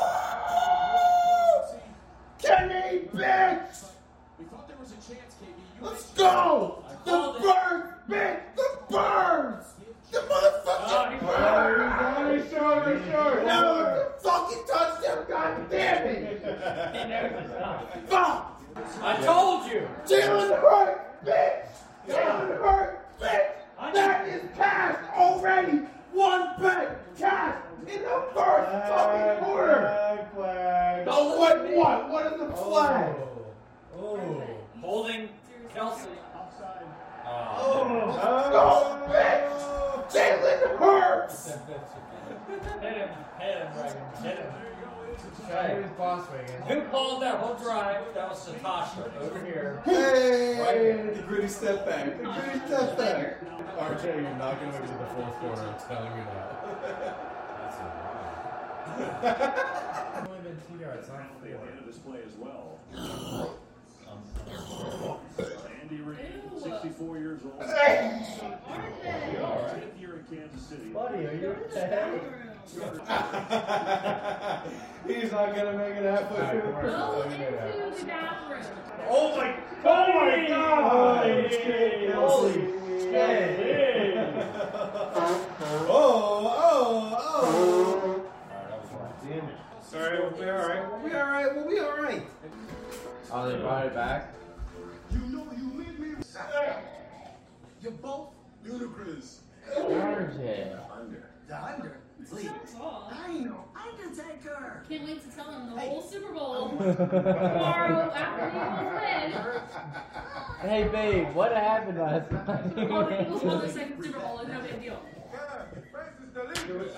Kenny, bitch. We thought there was a chance, KB. Let's go! The birds, bitch! The birds! The Oh, motherfucking birds! He's on his shirt, No, it's a fucking touchdown, god damn it! Fuck! I told you. Jalen Hurt, bitch! Jalen Hurt, bitch! That is passed already! One back pass in the first fucking quarter! Oh, what, what? What is the flag? Holding Kelsey. Ah. Let's go, bitch! Jalen Hurts! Hit him. Hit him, Reagan. Hit him. dude. Who's boss Reagan? Who called that whole drive? That was Satasha over here. Hey! The gritty step back. The gritty step back. RJ, you're not going to make it to the fourth quarter. I'm telling you now. Only been two yards. Not four. Buddy, are you okay? He's not going to make it halfway through the Go first quarter. into the bathroom. Oh my, oh my god! Oh Holy shit! Oh, oh, Sorry, we'll be alright. We'll be alright, we'll be alright. Oh, they brought it back. oh. You know you leave me. You both. ludicrous. Under. The under. Please. I know. Undertaker. Can't wait to tell him the whole Super Bowl tomorrow after Tomorrow Hey babe, what happened last the Eagles win. Oh, the Eagles won their night? second Super Bowl. It's no big deal.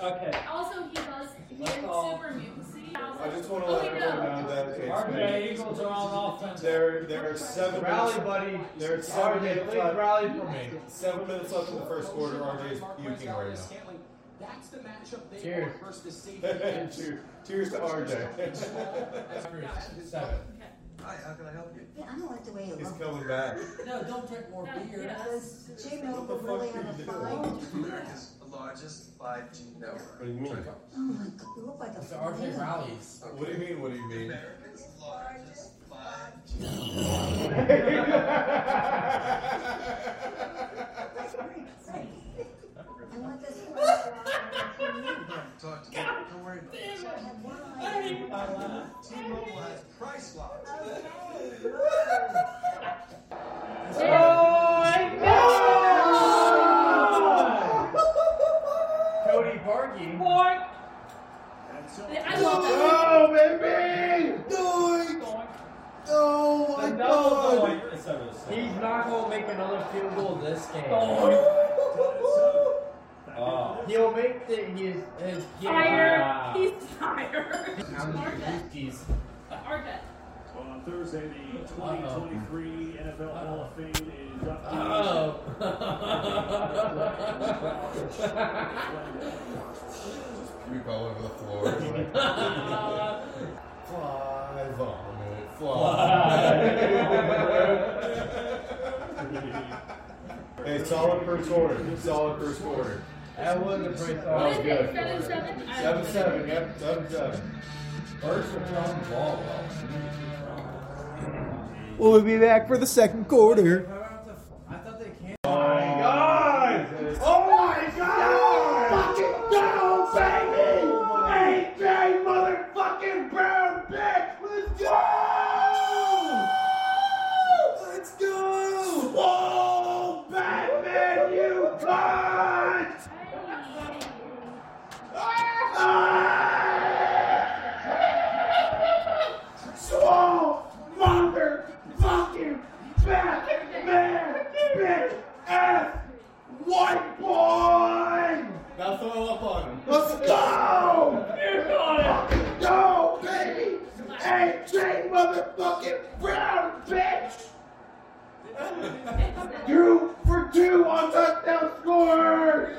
Okay. Also, he does. He is all. super mutant. Oh, I just want to let everyone know that it's RJ, Eagles are on offense. There, there are seven. Rally, minutes, buddy. There are seven RJ, minutes please left. rally for me. Seven minutes left in the first quarter. RJ is puking right now. That's the matchup they Cheers. want versus the safety. Cheers, cheers to RJ. Seven. Hi, how can I help you? I don't like the way it He's looks. coming back. No, don't drink more beer. Because J-Milk was really on a fine. America's largest 5G network. What do you mean? Oh my god, you look like a. So RJ flan. rallies. What do you mean? What do you mean? America's largest 5G That's very exciting. I want this for my Talk to me. Don't worry about it. T-Mobile has price locks. Cody Barkey. I love that. Oh baby! Doink! Oh my god! He's not gonna make another field goal this game. He'll make the, his his Tired. He's tired. Arjet. He's Arjet. Well, on Thursday, the 2023 NFL Hall of Fame is up. Puke all over the floor. It's like, fly, vomit, fly. hey, solid first quarter. Solid first quarter. that was a pretty That What was is good. it? Seven seven. I Seven don't know. seven. Yep, seven seven. Birds were throwing the ball well. We'll be back for the second quarter. I thought they can. Oh my god! Oh my god! Fucking go, baby! AJ motherfucking Brown bitch! Let's go! Let's go! Swole Batman, you cunt! Swole motherfucking Batman, bitch ass white boy! Now throw up on him. Let's go! You got it! Go, baby! AJ motherfucking Brown, bitch! two for two on touchdown score!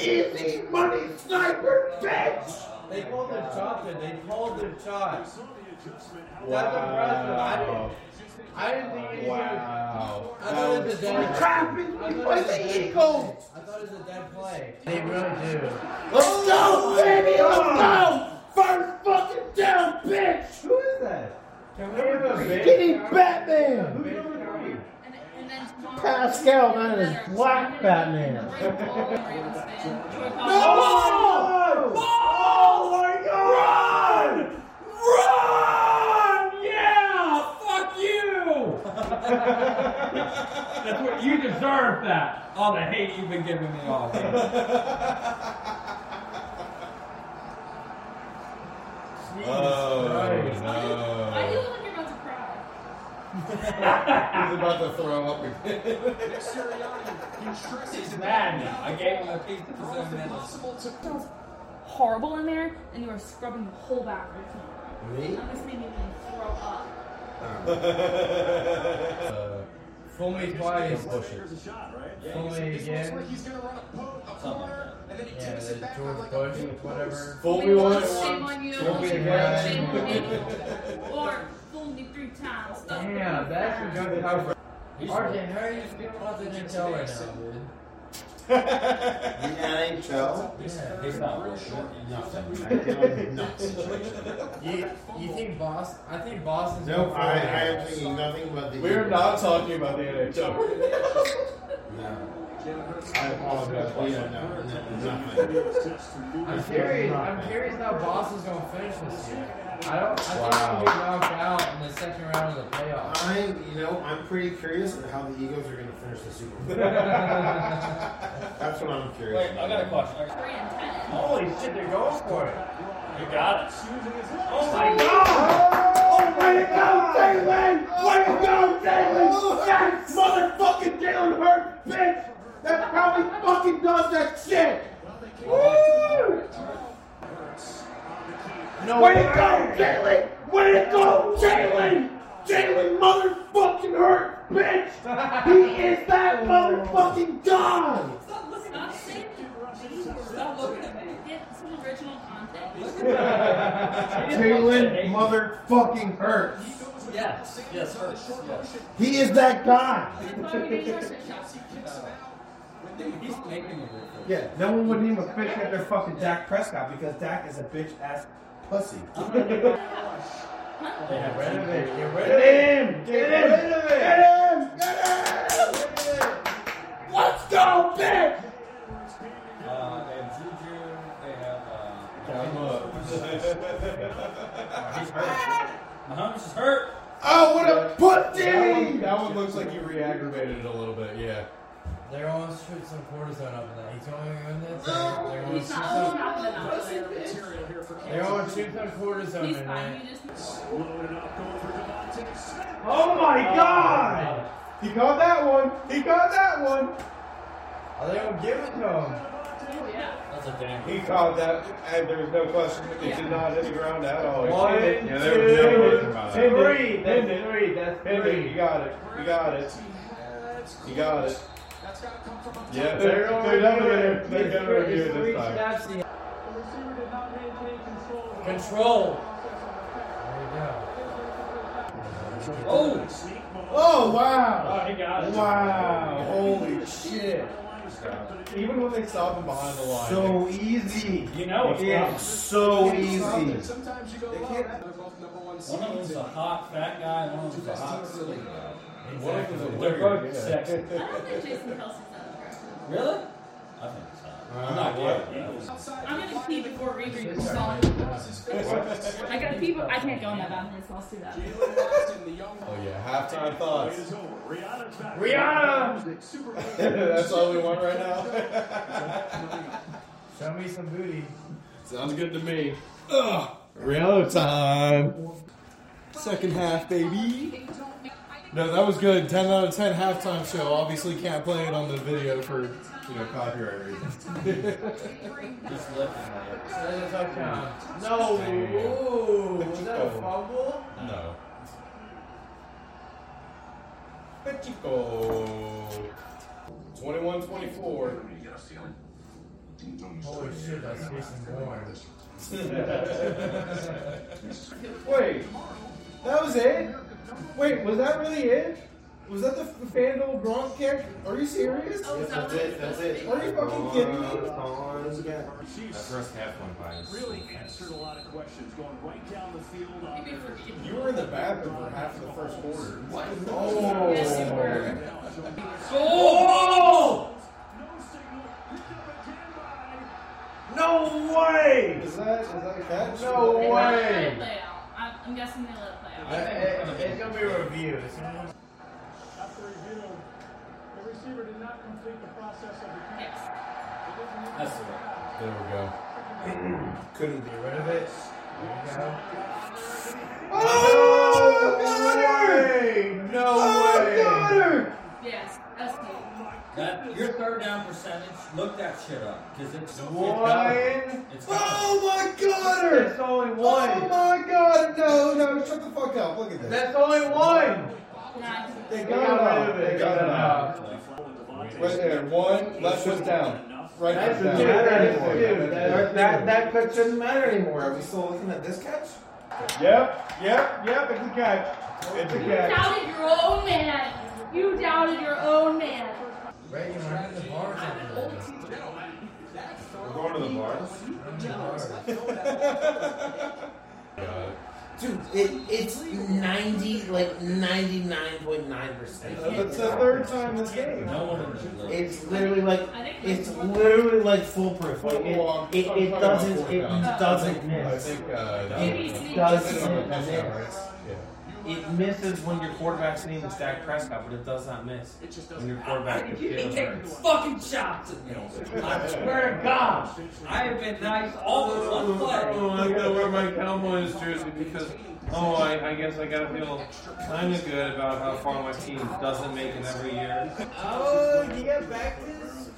Easy money sniper, bitch! They called their shot. dude. They called their shot. That's impressive. I Wow. didn't, I didn't think it was. Wow. I thought it was a dead. Crap is I before thought it was a the dead- Eagles! I thought it was a dead play. They really do. Let's go, baby! Let's go! First fucking down, bitch! Who is that? Can we have a Skinny Batman! And, and then tomorrow- Pascal, that is Black Batman. Great ball, Ravens fan. Joy Cobb. Oh! Oh my god! Run! Run! Yeah! Fuck you! That's what you deserve. That Oh, all the hate you've been giving me all game. Oh Why do you no. look like you're about to cry? He's about to throw up again. He's mad now. I gave him a piece of his own medicine. It smells horrible in there, and you are scrubbing the whole bathroom. Me? That just made me want to throw up. Uh, Fool me twice. push it. Fool me again. He's gonna run a po- a corner, and then he Yeah, tips the it back on George like Bush, a whatever. Fool me Fool me once. once, Shame on you. Fool me Shame again. on me. Or fool me three times. Stop Damn, me. that's a good cover. RJ, how are you feeling about the NHL right now, dude? Yeah, he's not working. You, you think Boston? I think Boston's. Nope, I, I am performing. thinking nothing but the. We're not talking about the NHL. No. I apologize. Yeah, no, no, nothing. I'm curious. I'm curious how Boston's gonna finish this year. I don't. I Wow. think we'll get knocked out in the second round of the playoffs. I, you know, I'm pretty curious on how the Eagles are going to finish the Super Bowl. That's what I'm curious. Wait, I got a question. Three and ten. Holy shit, they're going for it. You got it. Oh my god! Way to go, Jalen! Way to go, Jalen! That motherfucking Jalen Hurts, bitch! That's how he fucking does that shit! Woo! No Way to way. go, Jalen! Way to go, Jalen! Jalen motherfucking Hurts, bitch! He is that motherfucking god! Stop saying Stop looking at me. Get some original content. Jalen motherfucking Hurts. Yes, yes, first, yes. He is that guy. He's making it. Yeah, no one would name a fish after fucking Dak Prescott because Dak is a bitch ass pussy. Get rid of it. Get rid of Get it. in! Get in! rid of it. Get in! Get in! Let's go, bitch! Uh, they have Juju. They have. Uh, he's hurt. Mahomes is hurt. Oh, what a pussy! That one, that one looks like you re-aggravated it a little bit. Yeah. They're going to shoot some cortisone up in that. He's going to win this. They're going to shoot He's not. He's some. not gonna knock it out. They're going to shoot some cortisone He's in fine. there. You just. Oh my god! He got that one! He got that one! Are Oh, they going to give it to him? Yeah. That's a damn. He called that, and there was no question. It did not hit the ground at all. It One, hit it. two, yeah, there was no question about it. three. That's Hit it. three. That's Hit it. three. You got it. You got it. You got it. Yeah, They're they're, going they're to gonna review- they're gonna review It's it three this time. snaps. The Control. There you go. Oh! Oh wow! he got Wow! Holy shit! Even when they stop him behind the line, So easy. You know it's It's so easy. Sometimes you go One of them's a hot fat guy, and one of them's a hot silly guy. One of them's a They're weird, both yeah. sexy. I don't think Jason Kelsey's that Really? I think so. I'm not gay. aggressive. I'm gonna pee before Reader is gone. I gotta pee, but I can't go in that bathroom, so I'll see that. Oh yeah, halftime thoughts. Rihanna! That's all we want right now. Show me some booty. Sounds good to me. Ugh. Rihanna time. Second half, baby. No, that was good. 10 out of 10 halftime show. Obviously, can't play it on the video for, you know, copyright reasons. Just lifting it. There's a touchdown. No! Ooh, was that a fumble? No. Pachiko. 21 24. Holy shit, that's Jason Bourne. Wait, that was it? Wait, was that really it? Was that the Fandle Gronk kick? Are you serious? That's it. That's it. Are you fucking kidding me? That first half went by. Really answered a lot of questions going right down the field. You were in the bathroom for half of the first quarter. What? Oh. Yes, you were. Oh! No way! Is that is that a catch? No They might let it way! play out. I'm- I'm guessing they let it play out. It's gonna be reviewed. It's gonna be- That's the way. There we go. Couldn't be. Get rid of it. There you go. Oh, Goddard! No Oh, way! Goddard! Yes, that's me. That, your third down percentage, look that shit up. Because it's One. It's Oh my Goddard! That's only one. Oh my God! No, no! Shut the fuck up! Look at this. That's only one. Nah. They got got rid it. of They it. got it out. Right there. One left foot down. Right foot down. That, that, that catch doesn't matter anymore. Are we still looking at this catch? Yep. Yep. Yep. It's a catch. It's a You catch. doubted your own man. You doubted your own man. Right, you ran the bar. We're going to the bars. Dude, it, it's 90, like 99.9%. That's the third time this game. It's literally like it's literally like foolproof. Like it, it, it doesn't it doesn't uh, miss. It doesn't miss. It misses when your quarterback's name is Dak Prescott, but it does not miss. It just doesn't. When your quarterback is You Jalen take Hurts. fucking shots at me. I swear to God, I have been nice all this one play. Oh, I'm gonna wear my Cowboys jersey because oh, I, I guess I gotta feel kind of good about how far my team doesn't make it every year. Oh, you got back to this?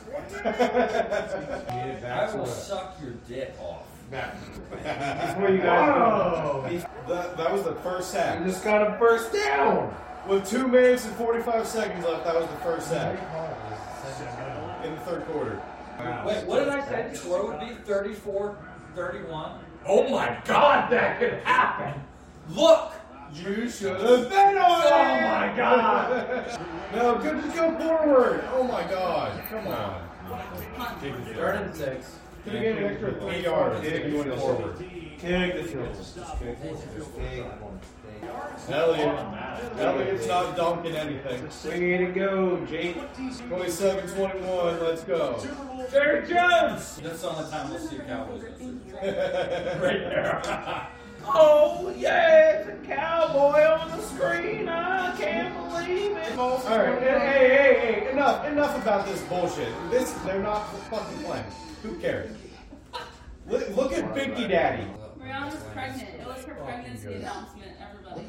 back I to will it. suck your dick off. Before you guys- Whoa! That, that was the first sack. You just got a first down. With two minutes and 45 seconds left, that was the first sack. In the third quarter. Wait, what did I say? Score would be 34 31. Oh my God, that could happen! Look! You should have been on Oh it! my God. no, good just go forward! Oh my God, come on. Third and six. Could have an extra three yards. if you went forward. Kick the field. Elliot. Elliot's not dunking anything. We need to go, Jake. 27 21, let's go. Jerry Jones! That's the only time we'll see Cowboys. right there. Oh, yeah, it's a cowboy on the screen. I can't believe it. All right, hey, hey, hey, hey, enough, enough about this bullshit. This, they're not fucking playing. Who cares? Look, look at Binky Daddy. Rihanna's pregnant. It was her pregnancy announcement, everybody.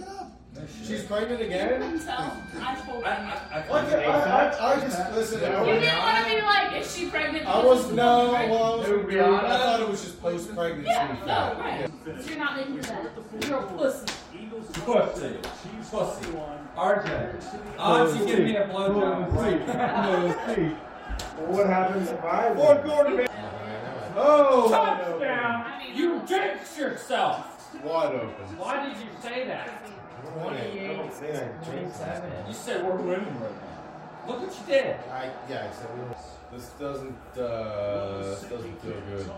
She's pregnant again? Tell I told I, I, I, I just, listen, I you. You didn't want was, to be like, is she pregnant? I was, no, Right? well, I was, Who, I thought it was just post-pregnancy. Yeah, Yeah. no, right. You're not into that. You're a pussy. Pussy. Pussy. RJ. Odds you give me a blowjob right now. What happens if I Fourth quarter, man. Oh, wide open. Touchdown! You jinxed yourself! Wide open. Why did you say that? I don't say that. You said we're winning right now. Look what you did. I, yeah, I said we were. This doesn't, uh, this doesn't feel good.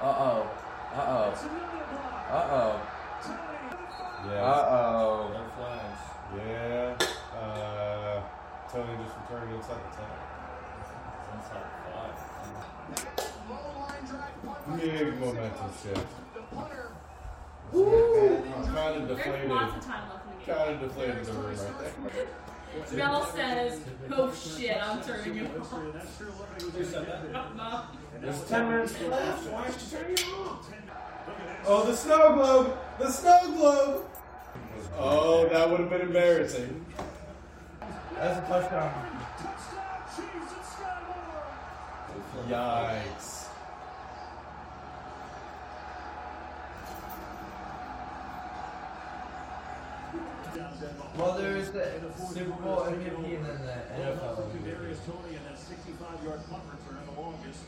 Uh oh. Uh oh. Uh Yeah. Uh-oh. No flags. Yeah. Uh, Tony just returned inside the ten. Big momentum shift. Kind of There's deflated. lots of time left in the game. Kind of deflated the room right there. Bell says, oh shit, I'm turning you off. No. There's 10 minutes left. Why is she turning it off? Oh, the snow globe! The snow globe! Oh, that would have been embarrassing. That's a touchdown. Yikes. Well, there's the Super Bowl MVP and then the NFL Kadarius Tony and that 65-yard punt return, the longest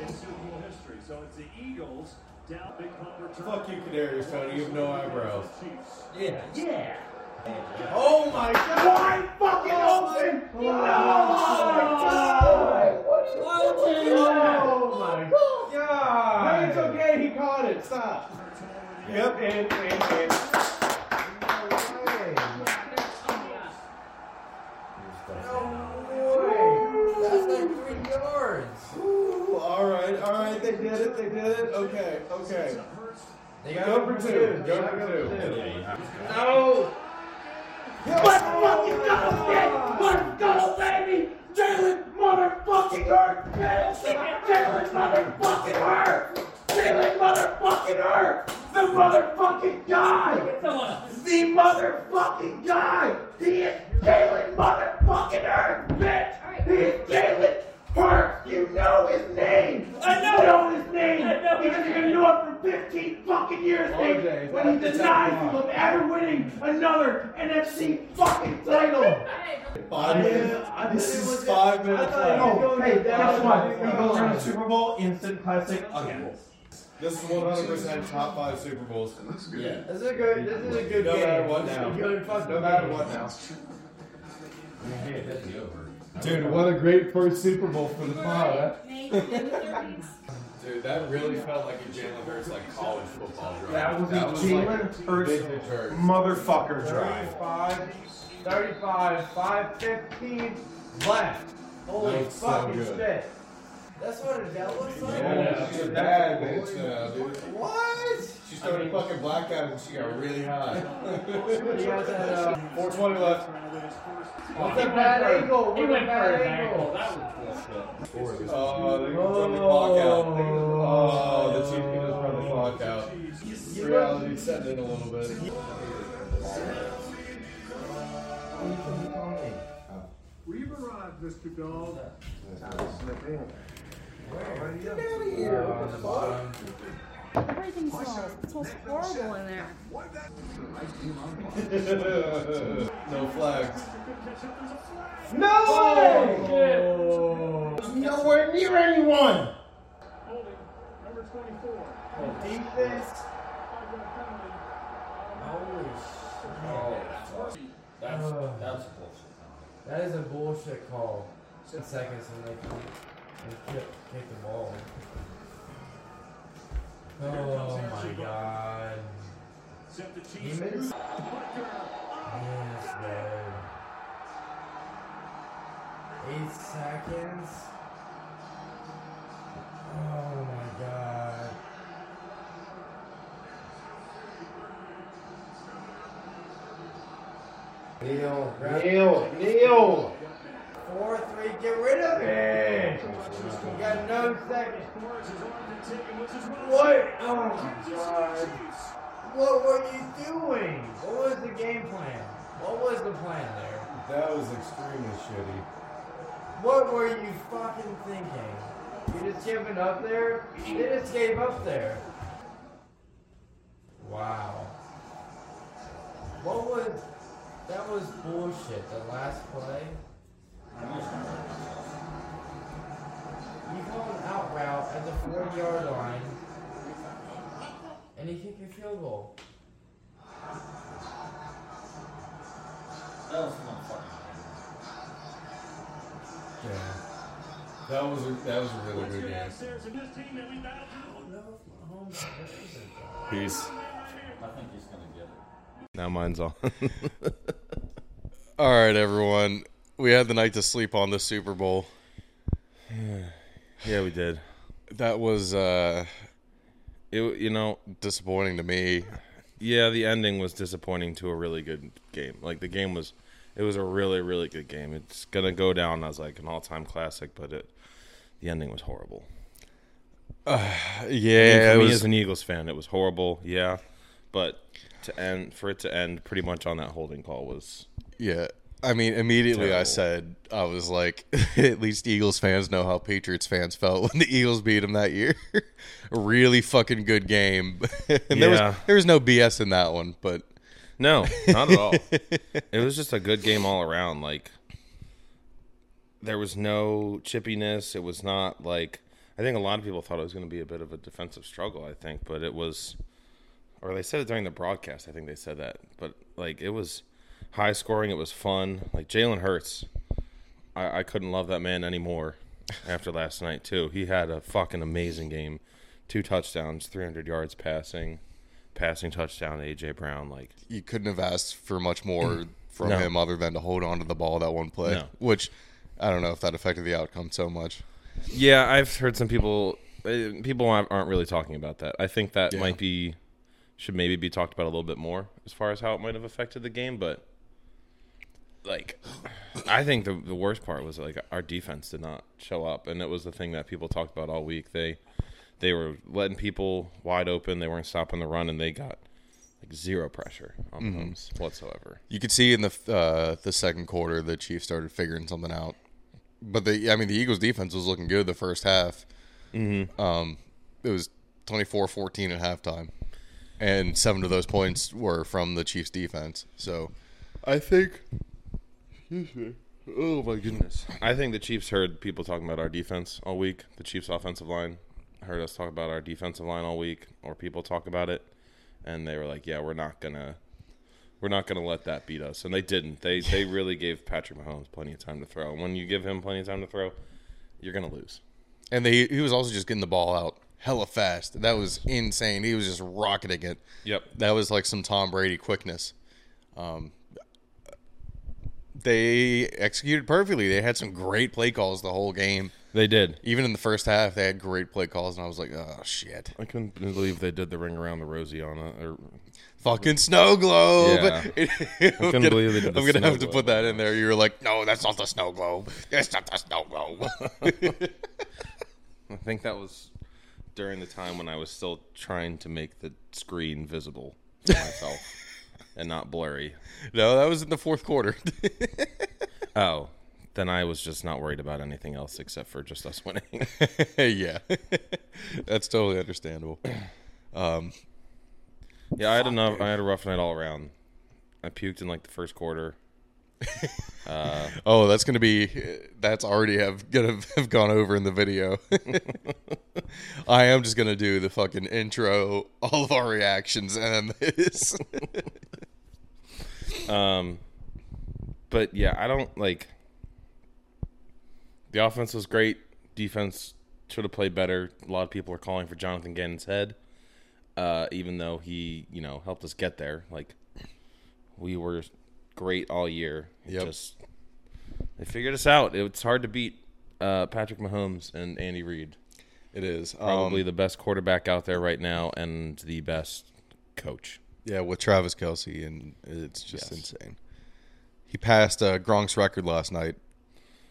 in Super Bowl history. So it's the Eagles down big punt return. Fuck you, Kadarius Tony. You have no eyebrows. Yeah, yeah. Oh my god! Wide fucking open! No! Oh my god! No, it's okay. He caught it. Stop. Yep, and, and, and. That's like three yards. Ooh, all right, all right, they did it, they did it. Okay, okay. They go for two. Go for two. No. Let's fucking go, kid. Let's go, baby. Jalen motherfucking hurt. Jalen motherfucking hurt. Jalen motherfucking hurt. The motherfucking guy. The motherfucking guy. He is Jalen motherfucking hurt, bitch. He is Jalen. Hurts, you know his name. I know, his name. because you're gonna know it for 15 fucking years, Nate. When he denies you of ever winning another NFC fucking title. Five minutes. This is five minutes left. Oh, hey, guess what? Eagles are in the Super Bowl, instant classic again. This is 100% top five Super Bowls. Yeah. This is a good. This is a good No game. matter what This is now. a good fucking No matter game. what now. Dude, what a great first Super Bowl for the pod. Dude, That really felt like a Jalen Hurts like college football drive. That was a Jalen Hurts motherfucker drive. 35, 35, 515 left. Holy That's so fucking good. shit. That's what Adele looks like? Yeah, she's a bad bitch now, uh, dude. What? She started fucking blackout and she got really high. She has that, uh, 420 left. With a bad angle. With He a went for bad an angle. ankle. Oh, they can run the clock out. They can- Oh, the team can just run the clock out. Reality set in a little bit. We've arrived, Mr. Doll. Everything smells. It smells horrible in there. no flags. No way! Shit. Nowhere near anyone. Defense. Holy shit. That's- Oh, that's bullshit. That is a bullshit call. Six seconds and they come they kick, kick the ball. Oh my god. Demons? Yes, dude. Eight seconds? Oh my god. Neil, Neil, Neil. Four, three, get rid of it. You got no seconds. What? Oh my god. What were you doing? What was the game plan? What was the plan there? That was extremely shitty. What were you fucking thinking? You just giving up there? They just gave up there. Wow. What was that was bullshit, the last play? You call an out route at the four yard line and you kick your field goal. That was Yeah. That was a, that was a really good game. Peace. I think he's gonna get it. Now mine's on. All right, everyone. We had the night to sleep on the Super Bowl. Yeah, we did. That was uh it you know disappointing to me. Yeah, the ending was disappointing to a really good game. Like the game was it was a really really good game. It's going to go down as like an all-time classic, but it the ending was horrible. yeah, it for me was- as an Eagles fan, it was horrible. Yeah, but to end for it to end pretty much on that holding call was Yeah. I mean, immediately I said, I was like, at least Eagles fans know how Patriots fans felt when the Eagles beat them that year. a really fucking good game. and there, Yeah. was, there was no BS in that one, but. No, not at all. it was just a good game all around. Like there was no chippiness. It was not like I think a lot of people thought it was going to be a bit of a defensive struggle. I think, but it was, or they said it during the broadcast. I think they said that, but like it was high scoring. It was fun. Like Jalen Hurts, I, I couldn't love that man anymore after last night too. He had a fucking amazing game. Two touchdowns, 300 yards passing, passing touchdown to AJ Brown. Like you couldn't have asked for much more from Mm. No. him other than to hold on to the ball that one play, No. which I don't know if that affected the outcome so much. Yeah, I've heard some people. uh, People aren't aren't really talking about that. I think that Yeah. might be should maybe be talked about a little bit more as far as how it might have affected the game. But like, I think the the worst part was like our defense did not show up, and it was the thing that people talked about all week. They they were letting people wide open. They weren't stopping the run, and they got like zero pressure on Mhm. Mahomes whatsoever. You could see in the uh, the second quarter the Chiefs started figuring something out, but the I mean the Eagles defense was looking good the first half. Mm-hmm. Um, it was 24-14 at halftime, and seven of those points were from the Chiefs defense. So I think. Excuse me. Oh my goodness. I think the Chiefs heard people talking about our defense all week. The Chiefs offensive line heard us talk about our defensive line all week, or people talk about it, and they were like, "Yeah, we're not gonna, we're not gonna let that beat us." And they didn't. They they really gave Patrick Mahomes plenty of time to throw. And when you give him plenty of time to throw, you're gonna lose. And they, he was also just getting the ball out hella fast. That was insane. He was just rocketing it. Yep. That was like some Tom Brady quickness. Um, they executed perfectly. They had some great play calls the whole game. They did. Even in the first half, they had great play calls, and I was like, oh, shit. I couldn't believe they did the ring around the rosy on it. Or Fucking snow globe. Yeah. I I'm couldn't gonna, believe they did the I'm gonna snow have to globe. put that in there. You were like, no, that's not the snow globe. That's not the snow globe. I think that was during the time when I was still trying to make the screen visible to myself and not blurry. No, that was in the fourth quarter. oh, then I was just not worried about anything else except for just us winning. yeah, that's totally understandable. Um, yeah, I had enough. I had a rough night all around. I puked in like the first quarter. Uh, oh, that's gonna be that's already have gonna have gone over in the video. I am just gonna do the fucking intro, all of our reactions, and then this. Um, but yeah, I don't like. The offense was great. Defense should have played better. A lot of people are calling for Jonathan Gannon's head, uh, even though he, you know, helped us get there. Like, we were great all year. It Yep. Just they figured us out. It's hard to beat uh, Patrick Mahomes and Andy Reid. It is probably Um, the best quarterback out there right now and the best coach. yeah, with Travis Kelsey, and it's just insane. He passed uh, Gronk's record last night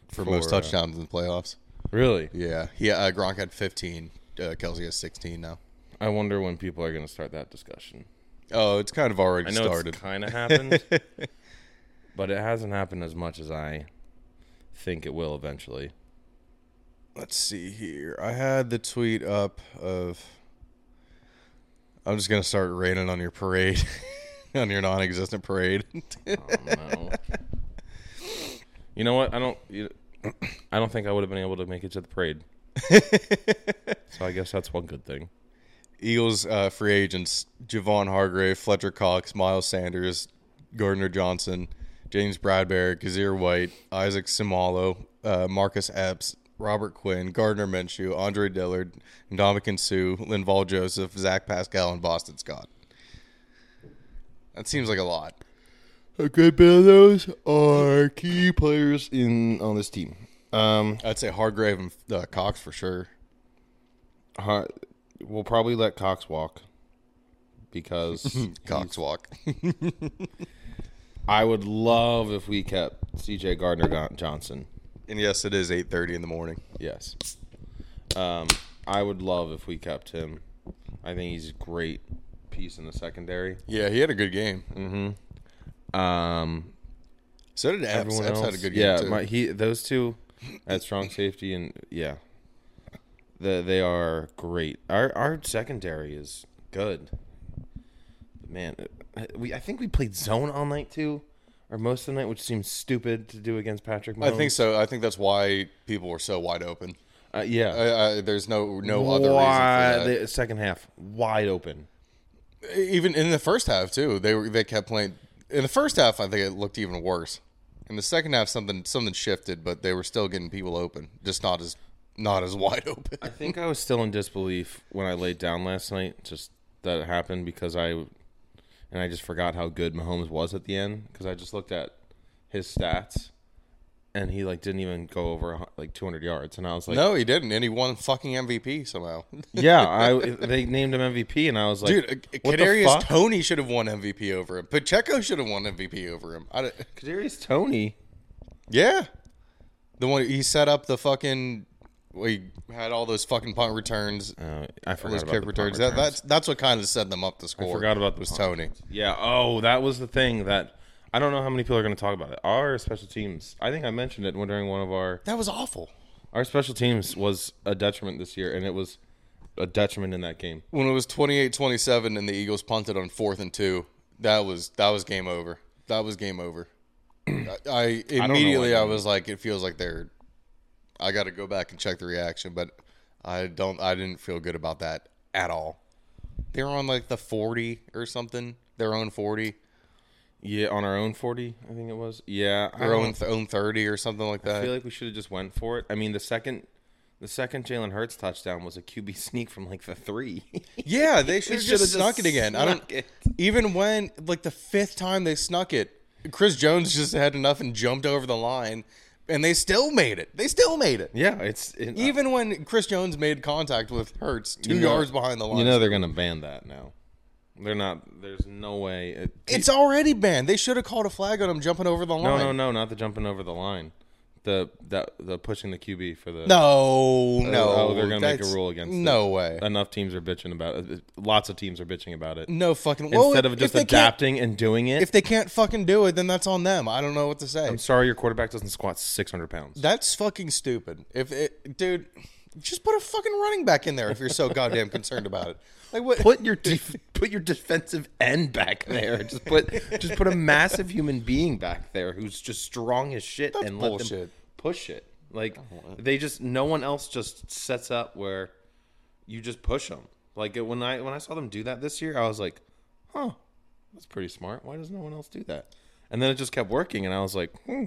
for, most For, uh, touchdowns in the playoffs. Really? Yeah, he uh, Gronk had 15. Uh, Kelsey has 16 now. I wonder when people are going to start that discussion. Oh, it's kind of already I know started. it's kind of happened, but it hasn't happened as much as I think it will eventually. Let's see here. I had the tweet up of. I'm just gonna start raining on your parade, on your non-existent parade. You know what? I don't. You, I don't think I would have been able to make it to the parade. so I guess that's one good thing. Eagles uh, free agents: Javon Hargrave, Fletcher Cox, Miles Sanders, Gardner Johnson, James Bradbury, Kazir White, Isaac Simalo, uh, Marcus Epps, Robert Quinn, Gardner Minshew, Andre Dillard, Dominican Sue, Linval Joseph, Zach Pascal, and Boston Scott. That seems like a lot. A good bit of those are key players in on this team. Um, I'd say Hargrave and uh, Cox for sure. Har- we'll probably let Cox walk because Cox walk. I would love if we kept C.J. Gardner Gon- Johnson. And yes, it is eight thirty in the morning. Yes. Um, I would love if we kept him. I think he's a great piece in the secondary. Yeah, he had a good game. Mm-hmm. Um, so did Epps. everyone Epps had a else- good game, Yeah, too. my, he those two at strong safety and yeah, the, they are great. Our our secondary is good. But man, uh, we I think we played zone all night too, or most of the night, which seems stupid to do against Patrick. I Mahomes. think so. I think that's why people were so wide open. Uh, yeah. I, I, there's no no other Why- reason for that. The second half wide open. Even in the first half too, they were they kept playing. In the first half, I think it looked even worse. In the second half, something something shifted, but they were still getting people open, just not as not as wide open. I think I was still in disbelief when I laid down last night, just that it happened because I, and I just forgot how good Mahomes was at the end because I just looked at his stats, and he like didn't even go over a hu- like 200 yards, and I was like, no, he didn't, and he won fucking MVP somehow. yeah, I they named him MVP, and I was like, Dude, uh, what the Kadarius fuck? Tony should have won MVP over him. Pacheco should have won MVP over him. I don't, Kadarius Tony, yeah, the one he set up the fucking. We had all those fucking punt returns. I all those forgot about kick the punt returns. That, returns. that's that's what kind of set them up to score. I forgot about the was punt. Tony. Yeah. Oh, that was the thing that I don't know how many people are going to talk about it. Our special teams. I think I mentioned it when- during one of our. That was awful. Our special teams was a detriment this year, and it was a detriment in that game. When it was 28-27 and the Eagles punted on fourth and two, that was that was game over. That was game over. I, I know immediately why. I, was like, it feels like they're. I got to go back and check the reaction, but I don't. I didn't feel good about that at all. They were on like the forty or something. Their own forty. Yeah, on our own forty, I think it was. Yeah, I Their don't- own th- own thirty or something like I that. feel like we should have just went for it. I mean, the second The second Jalen Hurts touchdown was a QB sneak from like the three. Yeah, they should have shoulda just snuck it again. I don't snuck it. even when like the fifth time they snuck it, Chris Jones just had enough and jumped over the line, and they still made it. They still made it. Yeah, it's it, Even when Chris Jones made contact with Hurts, two You know- yards behind the line, You know they're gonna ban that now. They're not. There's no way. It, it's already banned. They should have called a flag on him jumping over the no, line. no, no, not the jumping over the line. The that the pushing the QB for the No, Oh, no, oh, they're gonna make a that's- rule against. no it. way. Enough teams are bitching about it. Lots of teams are bitching about it. No fucking- well, Instead if of just they can't- adapting and doing it. If they can't fucking do it, then that's on them. I don't know what to say. I'm sorry, your quarterback doesn't squat 600 pounds. That's fucking stupid. If it, dude, just put a fucking running back in there if you're so goddamn concerned about it. Like what? Put your def- put your defensive end back there. Just put just put a massive human being back there who's just strong as shit That's and let them bullshit. push it. Like they just no one else just sets up where you just push them. Like when I when I saw them do that this year, I was like, huh, that's pretty smart. Why does no one else do that? And then it just kept working, and I was like, hmm,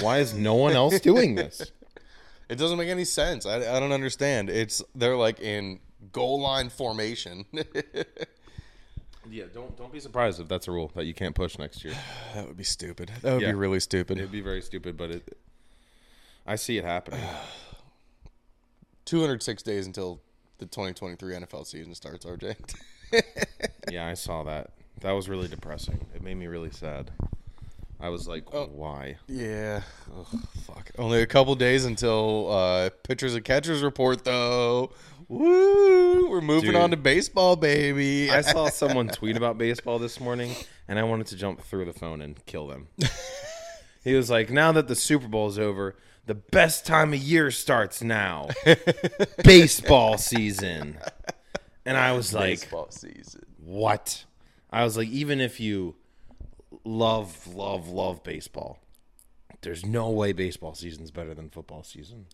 why is no one else doing this? It doesn't make any sense. I, I don't understand. It's they're like in goal line formation. Yeah, don't don't be surprised if that's a rule that you can't push next year. that would be stupid. That would be really stupid. It'd be very stupid, but it. I see it happening. 206 days until the 2023 NFL season starts. RJ. yeah, I saw that. That was really depressing. It made me really sad. I was like, why? Yeah. Ugh, fuck. Only a couple days until uh, pitchers and catchers report, though. Woo! We're moving Dude. on to baseball, baby. I saw someone tweet about baseball this morning, and I wanted to jump through the phone and kill them. he was like, "Now that the Super Bowl is over, the best time of year starts now, baseball season." And I was like, Baseball season. "What?" I was like, "Even if you love, love, love baseball, there's no way baseball season's better than football season,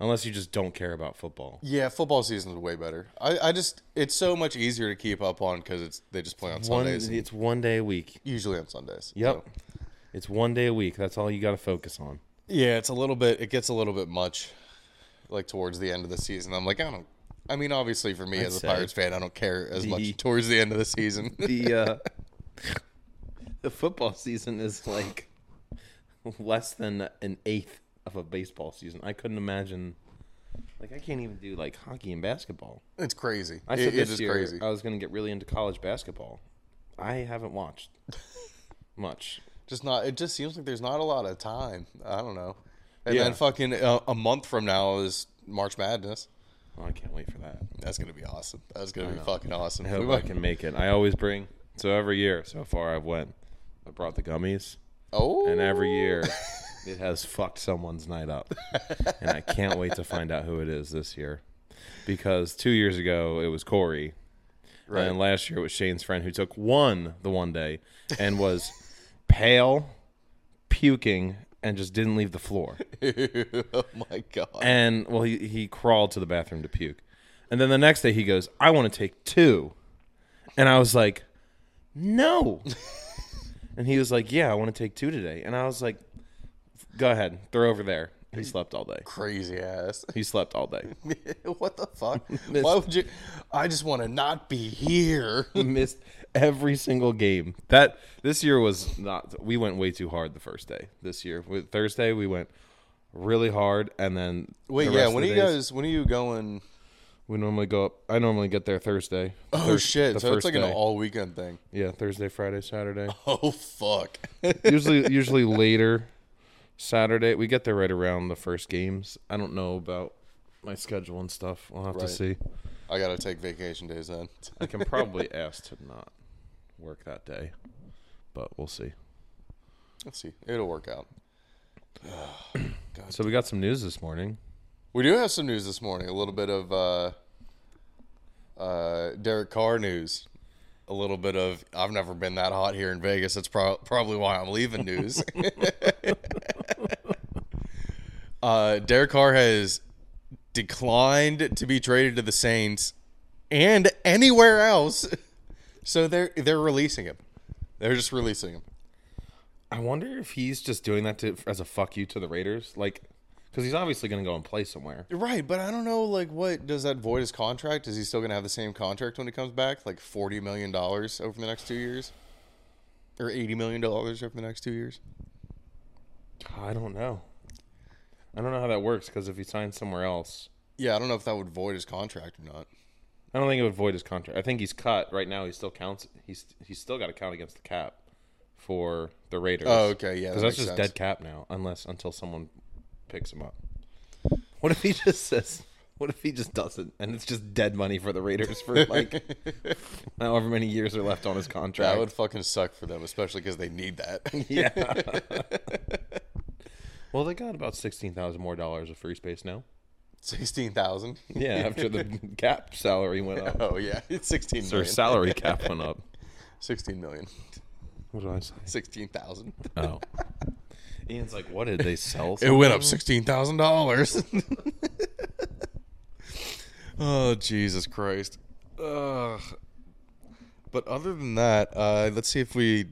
unless you just don't care about football." Yeah, football season is way better. I, I just it's so much easier to keep up on because it's they just play on One- Sundays. it's one day a week. Usually on Sundays. Yep. It's one day a week. That's all you got to focus on. Yeah, it's a little bit. It gets a little bit much, like towards the end of the season. I'm like, I don't. I mean, obviously for me I'd as a say Pirates fan, I don't care as the- much towards the end of the season. The uh, the football season is like less than an eighth of a baseball season. I couldn't imagine. Like I can't even do like hockey and basketball. It's crazy. I said It- it this is year uh, crazy. I was going to get really into college basketball. I haven't watched much. just not. It just seems like there's not a lot of time. I don't know. And Yeah. then fucking uh, a month from now is March Madness. Oh, I can't wait for that. That's gonna be awesome. That's gonna I be know. fucking awesome. I hope We I might- can make it. I always bring so every year so far I've went. I brought the gummies. Oh. And every year it has fucked someone's night up. and I can't wait to find out who it is this year. Because 2 years ago it was Corey. Right. And last year it was Shane's friend who took one the one day and was pale, puking and just didn't leave the floor. oh my god. And well, he, he crawled to the bathroom to puke. And then the next day he goes, I want to take two. And I was like, no. and he was like, yeah, I want to take two today. And I was like, go ahead, throw over there. He slept all day. Crazy ass. He slept all day. what the fuck? Why would you? I just want to not be here. Missed every single game. That this year was not. We went way too hard the first day. This year, with Thursday, we went really hard, and then Wait, the yeah. rest of When are the you days- guys? When are you going? We normally go up. I normally get there Thursday. the Oh first- shit! the So it's first like an day. all weekend thing. Yeah, Thursday, Friday, Saturday. Oh fuck! usually, usually later Saturday. We get there right around the first games. I don't know about my schedule and stuff. We'll have to Right. see. I gotta take vacation days then. I can probably ask to not work that day, but we'll see. Let's see. It'll work out. So we got some news this morning. We do have some news this morning. A little bit of uh, uh, Derek Carr news. A little bit of I've never been that hot here in Vegas. That's pro- probably why I'm leaving news. uh, Derek Carr has declined to be traded to the Saints and anywhere else. So they're they're releasing him. They're just releasing him. I wonder if he's just doing that to as a fuck you to the Raiders, like because he's obviously going to go and play somewhere. Right, but I don't know. Like, what does that void his contract? Is he still gonna have the same contract when he comes back? Like forty million dollars over the next two years, or eighty million dollars over the next two years? I don't know. I don't know how that works because if he signs somewhere else, yeah, I don't know if that would void his contract or not. I don't think it would void his contract. I think he's cut right now. He still counts. He's he's still got to count against the cap for the Raiders. Oh, okay, yeah, that because that's makes just sense. dead cap now, unless until someone picks him up. What if he just says? What if he just doesn't, and it's just dead money for the Raiders for like however many years are left on his contract? That would fucking suck for them, especially because they need that. yeah. well, they got about sixteen thousand more dollars of free space now. Sixteen thousand. Yeah, after the cap salary went up. Oh yeah, it's sixteen. So million. salary cap went up. Sixteen million. What did I say? Sixteen thousand. Oh. Ian's like, what did they sell? It went up something? sixteen thousand dollars. oh Jesus Christ! Ugh. But other than that, uh, let's see if we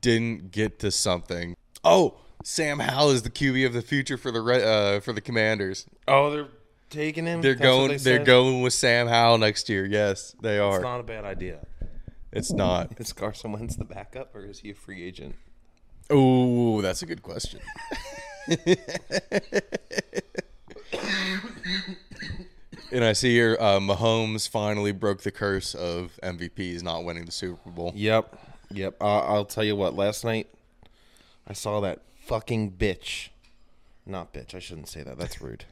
didn't get to something. Oh, Sam Howell is the QB of the future for the Re- uh, for the Commanders. Oh, they're taking him. They're That's what going. they They are said? going with Sam Howell next year. Yes, they are. It's not a bad idea. It's not. Is Carson Wentz the backup, or is he a free agent? Oh, that's a good question. and I see here, uh, Mahomes finally broke the curse of MVPs not winning the Super Bowl. Yep. Yep. Uh, I'll tell you what. Last night, I saw that fucking bitch. Not bitch. I shouldn't say that. That's rude.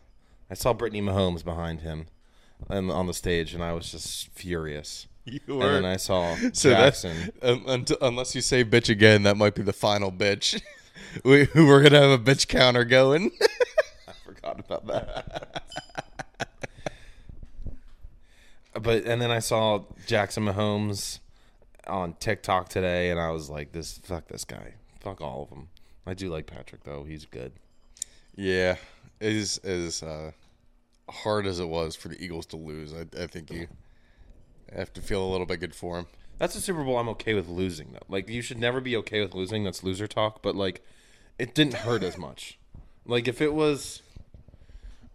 I saw Brittany Mahomes behind him, and on the stage, and I was just furious. You And were. then I saw So that's Jackson. um, unt- unless you say bitch again, that might be the final bitch. we we're gonna have a bitch counter going. I forgot about that. but and then I saw Jackson Mahomes on TikTok today, and I was like, "This fuck this guy, fuck all of them." I do like Patrick though; he's good. yeah, it is as uh, hard as it was for the Eagles to lose. I, I think you have to feel a little bit good for him. That's the Super Bowl I'm okay with losing though. Like you should never be okay with losing. That's loser talk. But like, it didn't hurt as much. Like if it was,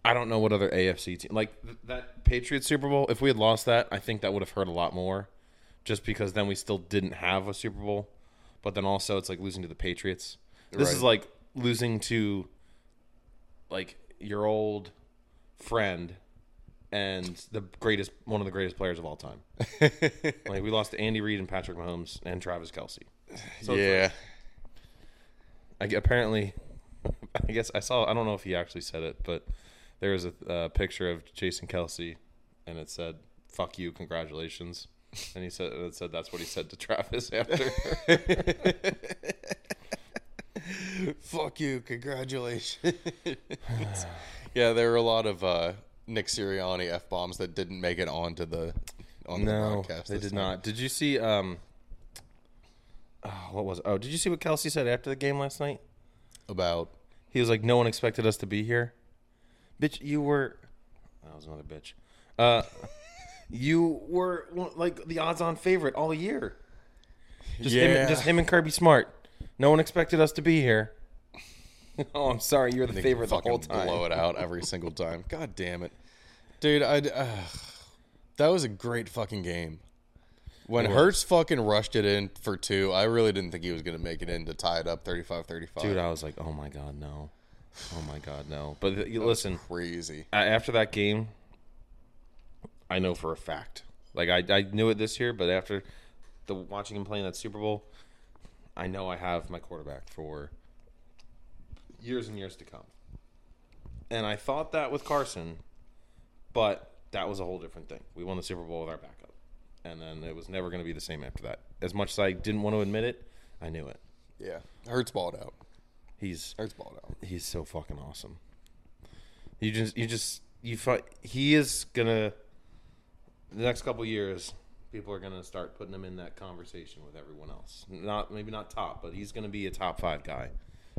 I don't know what other AFC team like th- that Patriots Super Bowl. If we had lost that, I think that would have hurt a lot more, just because then we still didn't have a Super Bowl. But then also it's like losing to the Patriots. This is Right. like losing to like your old friend and the greatest one of the greatest players of all time. like we lost to Andy Reid and Patrick Mahomes and Travis Kelsey. Yeah. I, gu- apparently, I guess I saw. I don't know if he actually said it, but there was a uh, picture of Jason Kelsey, and it said "fuck you, congratulations," and he said and it said that's what he said to Travis after. Fuck you, congratulations. yeah, there were a lot of uh, Nick Sirianni f bombs that didn't make it onto the on the no, broadcast. they this did time. not. Did you see? Um, oh, what was? Oh, did you see what Kelsey said after the game last night? About he was like, "No one expected us to be here." Bitch, you were. That was another bitch. Uh, you were one- like the odds-on favorite all year. Just him, Yeah. just him and Kirby Smart. No one expected us to be here. oh, I'm sorry, you're the They favorite the whole fucking time. Blow it out every single time. God damn it, dude! I uh, that was a great fucking game. When It was. Hertz fucking rushed it in for two, I really didn't think he was gonna make it in to tie it up 35-35. Dude, I was like, oh my god, no, oh my god, no. But th- you That was listen, crazy. a- After that game, I know for a fact. Like I, I knew it this year, but after the watching him playing that Super Bowl, I know I have my quarterback for years and years to come. And I thought that with Carson, but that was a whole different thing. We won the Super Bowl with our backup. And then it was never going to be the same after that. As much as I didn't want to admit it, I knew it. Yeah, Hurts balled out. He's Hurts balled out. He's so fucking awesome. You just you just you find he is gonna the next couple years people are gonna start putting him in that conversation with everyone else. Not maybe not top, but he's gonna be a top five guy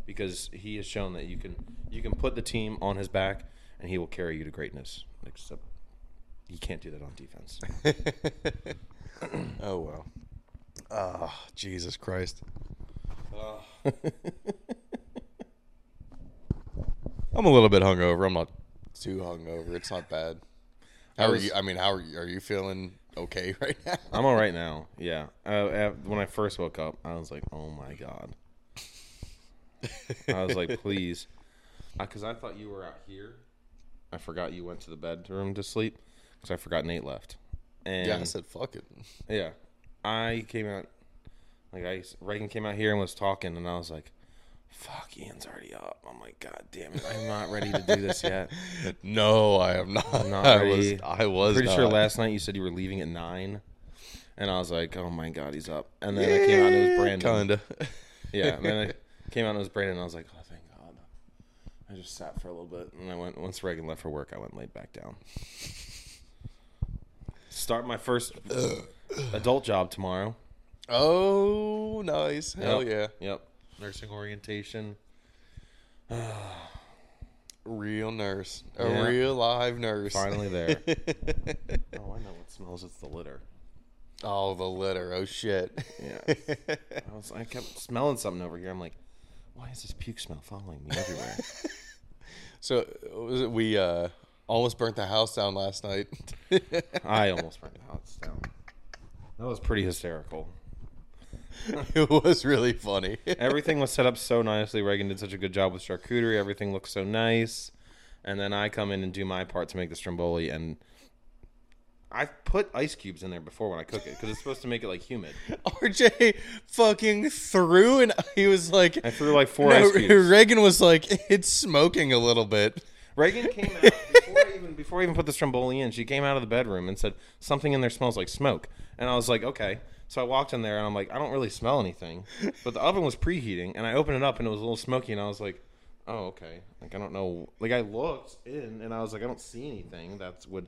because he has shown that you can you can put the team on his back and he will carry you to greatness. Except you can't do that on defense. oh well. Ah, Jesus Ah. Christ. I'm a little bit hungover. I'm not too hungover. It's not bad. I How are was- you? I mean, how are you? Are you feeling okay right now? I'm all right now. Yeah. Uh, uh, when I first woke up, I was like, "Oh my god." I was like, "Please," because I thought you were out here. I forgot you went to the bedroom to sleep because I forgot Nate left. And Yeah, I said, "Fuck it." Yeah, I came out. Like I, Reagan came out here and was talking, and I was like, "Fuck, Ian's already up." I'm like, "God damn it, I'm not ready to do this yet." No, I am not. I'm not I ready. was- I was pretty sure not. last night you said you were leaving at nine, and I was like, "Oh my god, he's up." And then I came out and it was Yeah, Brandon. kinda. yeah, and then I came out and it was Brandon, and I was like, "Oh, thank God." I just sat for a little bit, and I went. Once Reagan left for work, I went and laid back down. Start my first adult job tomorrow. Oh, nice. Hell Yep, Yep. Nursing orientation. real nurse, a Yeah. real live nurse. Finally there. oh, I know what smells. It's the litter. Oh, the litter. Oh shit. Yeah. I was. I kept smelling something over here. I'm like, why is this puke smell following me everywhere? so uh, was it, we uh, almost burnt the house down last night. I almost burnt the house down. That was pretty hysterical. it was really funny. Everything was set up so nicely. Reagan did such a good job with charcuterie. Everything looked so nice. And then I come in and do my part to make the stromboli. And I've put ice cubes in there before when I cook it because it's supposed to make it like humid. RJ fucking threw, and he was like, I threw like four No, ice cubes. Reagan was like, it's smoking a little bit. Reagan came out before I even before I even put the stromboli in. She came out of the bedroom and said something in there smells like smoke. And I was like, okay. So I walked in there and I'm like, I don't really smell anything. But the oven was preheating, and I opened it up and it was a little smoky, and I was like, oh okay. Like I don't know. Like I looked in and I was like, I don't see anything that would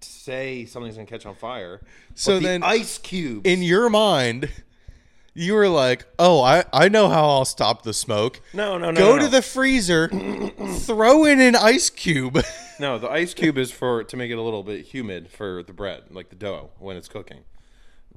say something's gonna catch on fire. So But the then, ice cube. In your mind, you were like, "Oh, I I know how I'll stop the smoke." No, no, no, Go no, to no. the freezer, throw in an ice cube. No, the ice cube is for to make it a little bit humid for the bread, like the dough when it's cooking.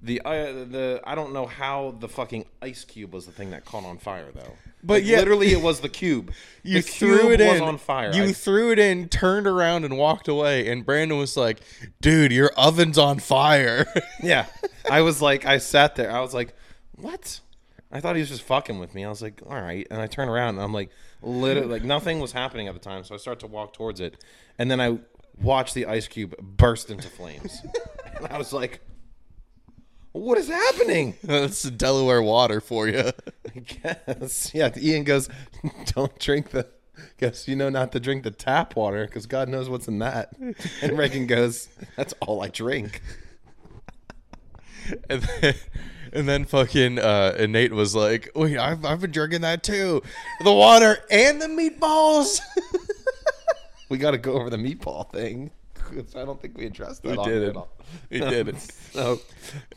The uh, the I don't know how the fucking ice cube was the thing that caught on fire though. But Like, yeah- literally it was the cube. You The threw cube it was in. on fire. You I- threw it in, turned around, and walked away. And Brandon was like, "Dude, your oven's on fire." yeah, I was like, I sat there. I was like, what? I thought he was just fucking with me. I was like, all right. And I turn around and I'm like, literally, like nothing was happening at the time. So I start to walk towards it, and then I watch the ice cube burst into flames, and I was like, what is happening? That's the Delaware water for you. I guess. Yeah. Ian goes, don't drink the. Guess you know not to drink the tap water because God knows what's in that. And Reagan goes, "That's all I drink." And then, and then fucking uh, and Nate was like, "Wait, I've, I've been drinking that too, the water and the meatballs." we got to go over the meatball thing. I don't think we addressed that. We on did it. here at all. We did it. so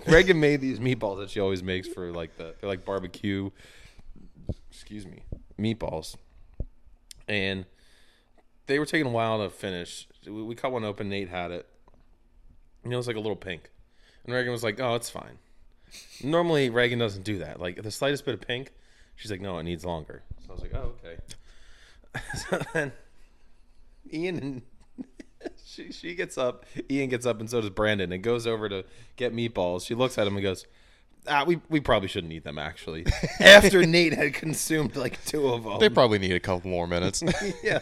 Reagan made these meatballs that she always makes for like the they're like barbecue. Excuse me, meatballs, and they were taking a while to finish. We, we cut one open. Nate had it. And it was like a little pink, and Reagan was like, "Oh, it's fine." Normally, Reagan doesn't do that. Like the slightest bit of pink, she's like, "No, it needs longer." So I was like, "Oh, okay." so then Ian and she she gets up. Ian gets up, and so does Brandon, and goes over to get meatballs. She looks at him and goes, "Ah, we we probably shouldn't eat them actually." After Nate had consumed like two of them, They probably need a couple more minutes. yeah.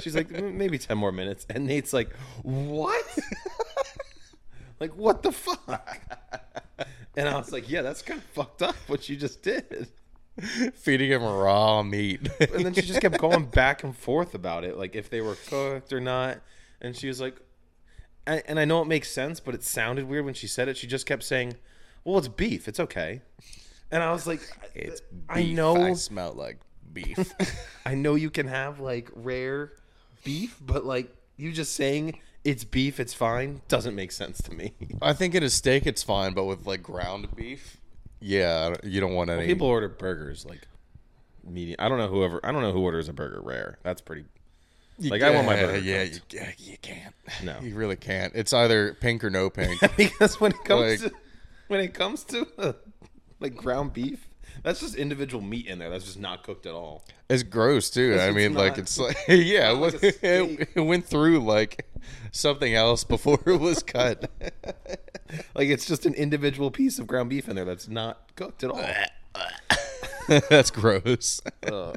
She's like, "M- maybe ten more minutes, and Nate's like, "What? like what the fuck?" And I was like, "Yeah, that's kind of fucked up what you just did." Feeding him raw meat. and then she just kept going back and forth about it, like if they were cooked or not. And she was like, and, and I know it makes sense, but it sounded weird when she said it. She just kept saying, "Well, it's beef. It's okay." And I was like, "It's I beef. know I smell like beef. I know you can have like rare beef, but like you just saying it's beef, it's fine doesn't make sense to me." I think in a steak it's fine, but with like ground beef, yeah, I don't- you don't want any. Well, people order burgers like medium. I don't know whoever. I don't know who orders a burger rare. That's pretty. You like I want my can't- burger. yeah, cooked. you, you can't. No. you really can't. It's either pink or no pink. because when it comes Like- to when it comes to uh, like ground beef, That's just individual meat in there. That's just not cooked at all. It's gross too. It's- I it's mean, like not- it's like yeah, Not like it, a went- it, went through like something else before it was cut. Like it's just an individual piece of ground beef in there that's not cooked at all. That's gross. Ugh.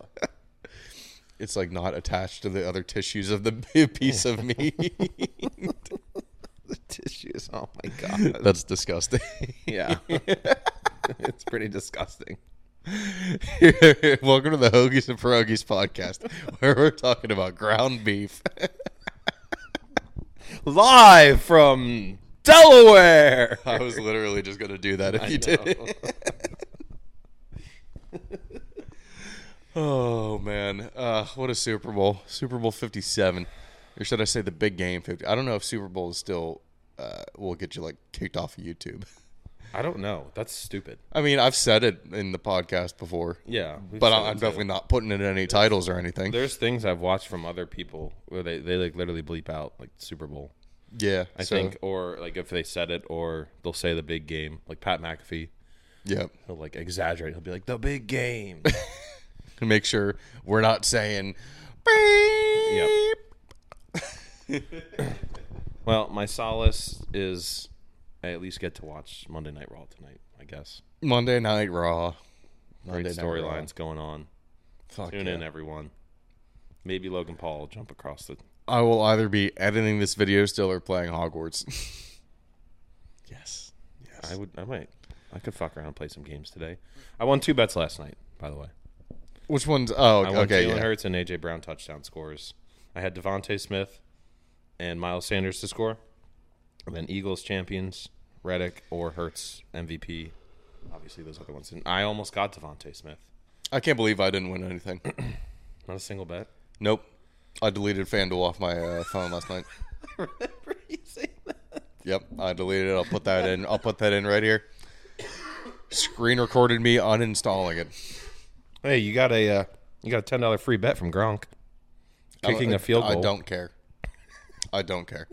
It's like not attached to the other tissues of the b- piece of meat. the tissues. Oh my god. That's disgusting. Yeah. it's pretty disgusting. Welcome to the Hoagies and Pierogies podcast, where we're talking about ground beef. Live from Delaware. I was literally just going to do that if I you know. did. oh man, uh, what a Super Bowl! Super Bowl Fifty Seven, or should I say the big game Fifty? I don't know if Super Bowl is still uh, will get you like kicked off of YouTube. I don't know. That's stupid. I mean, I've said it in the podcast before. Yeah, we've but said I- it I'm too. definitely not putting it in any titles or anything. There's things I've watched from other people where they, they like literally bleep out like Super Bowl. Yeah, I so- think, or like if they said it, or they'll say the big game, like Pat McAfee. Yep. he'll like exaggerate. He'll be like the big game. To make sure we're not saying. yep. well, my solace is I at least get to watch Monday Night Raw tonight. I guess Monday Night Raw. great Monday Night Raw. storylines going on. Fuck Tune in, yeah. everyone. Maybe Logan Paul will jump across the I will either be editing this video still or playing Hogwarts. Yes. I would. I might. I could fuck around and play some games today. I won two bets last night, by the way. Which ones? Oh, I won okay, Jalen yeah. Hurts and AJ Brown touchdown scores. I had Devonte Smith and Miles Sanders to score, and then Eagles champions Reddick or Hurts MVP. Obviously, those other ones. And I almost got Devonte Smith. I can't believe I didn't win anything. Not a single bet. nope. I deleted FanDuel off my uh, phone last night. Yep, I deleted it. I'll put that in. I'll put that in right here. Screen recorded me uninstalling it. Hey, you got a uh, you got a ten dollar free bet from Gronk I don't- kicking a field goal. I don't care. I don't care.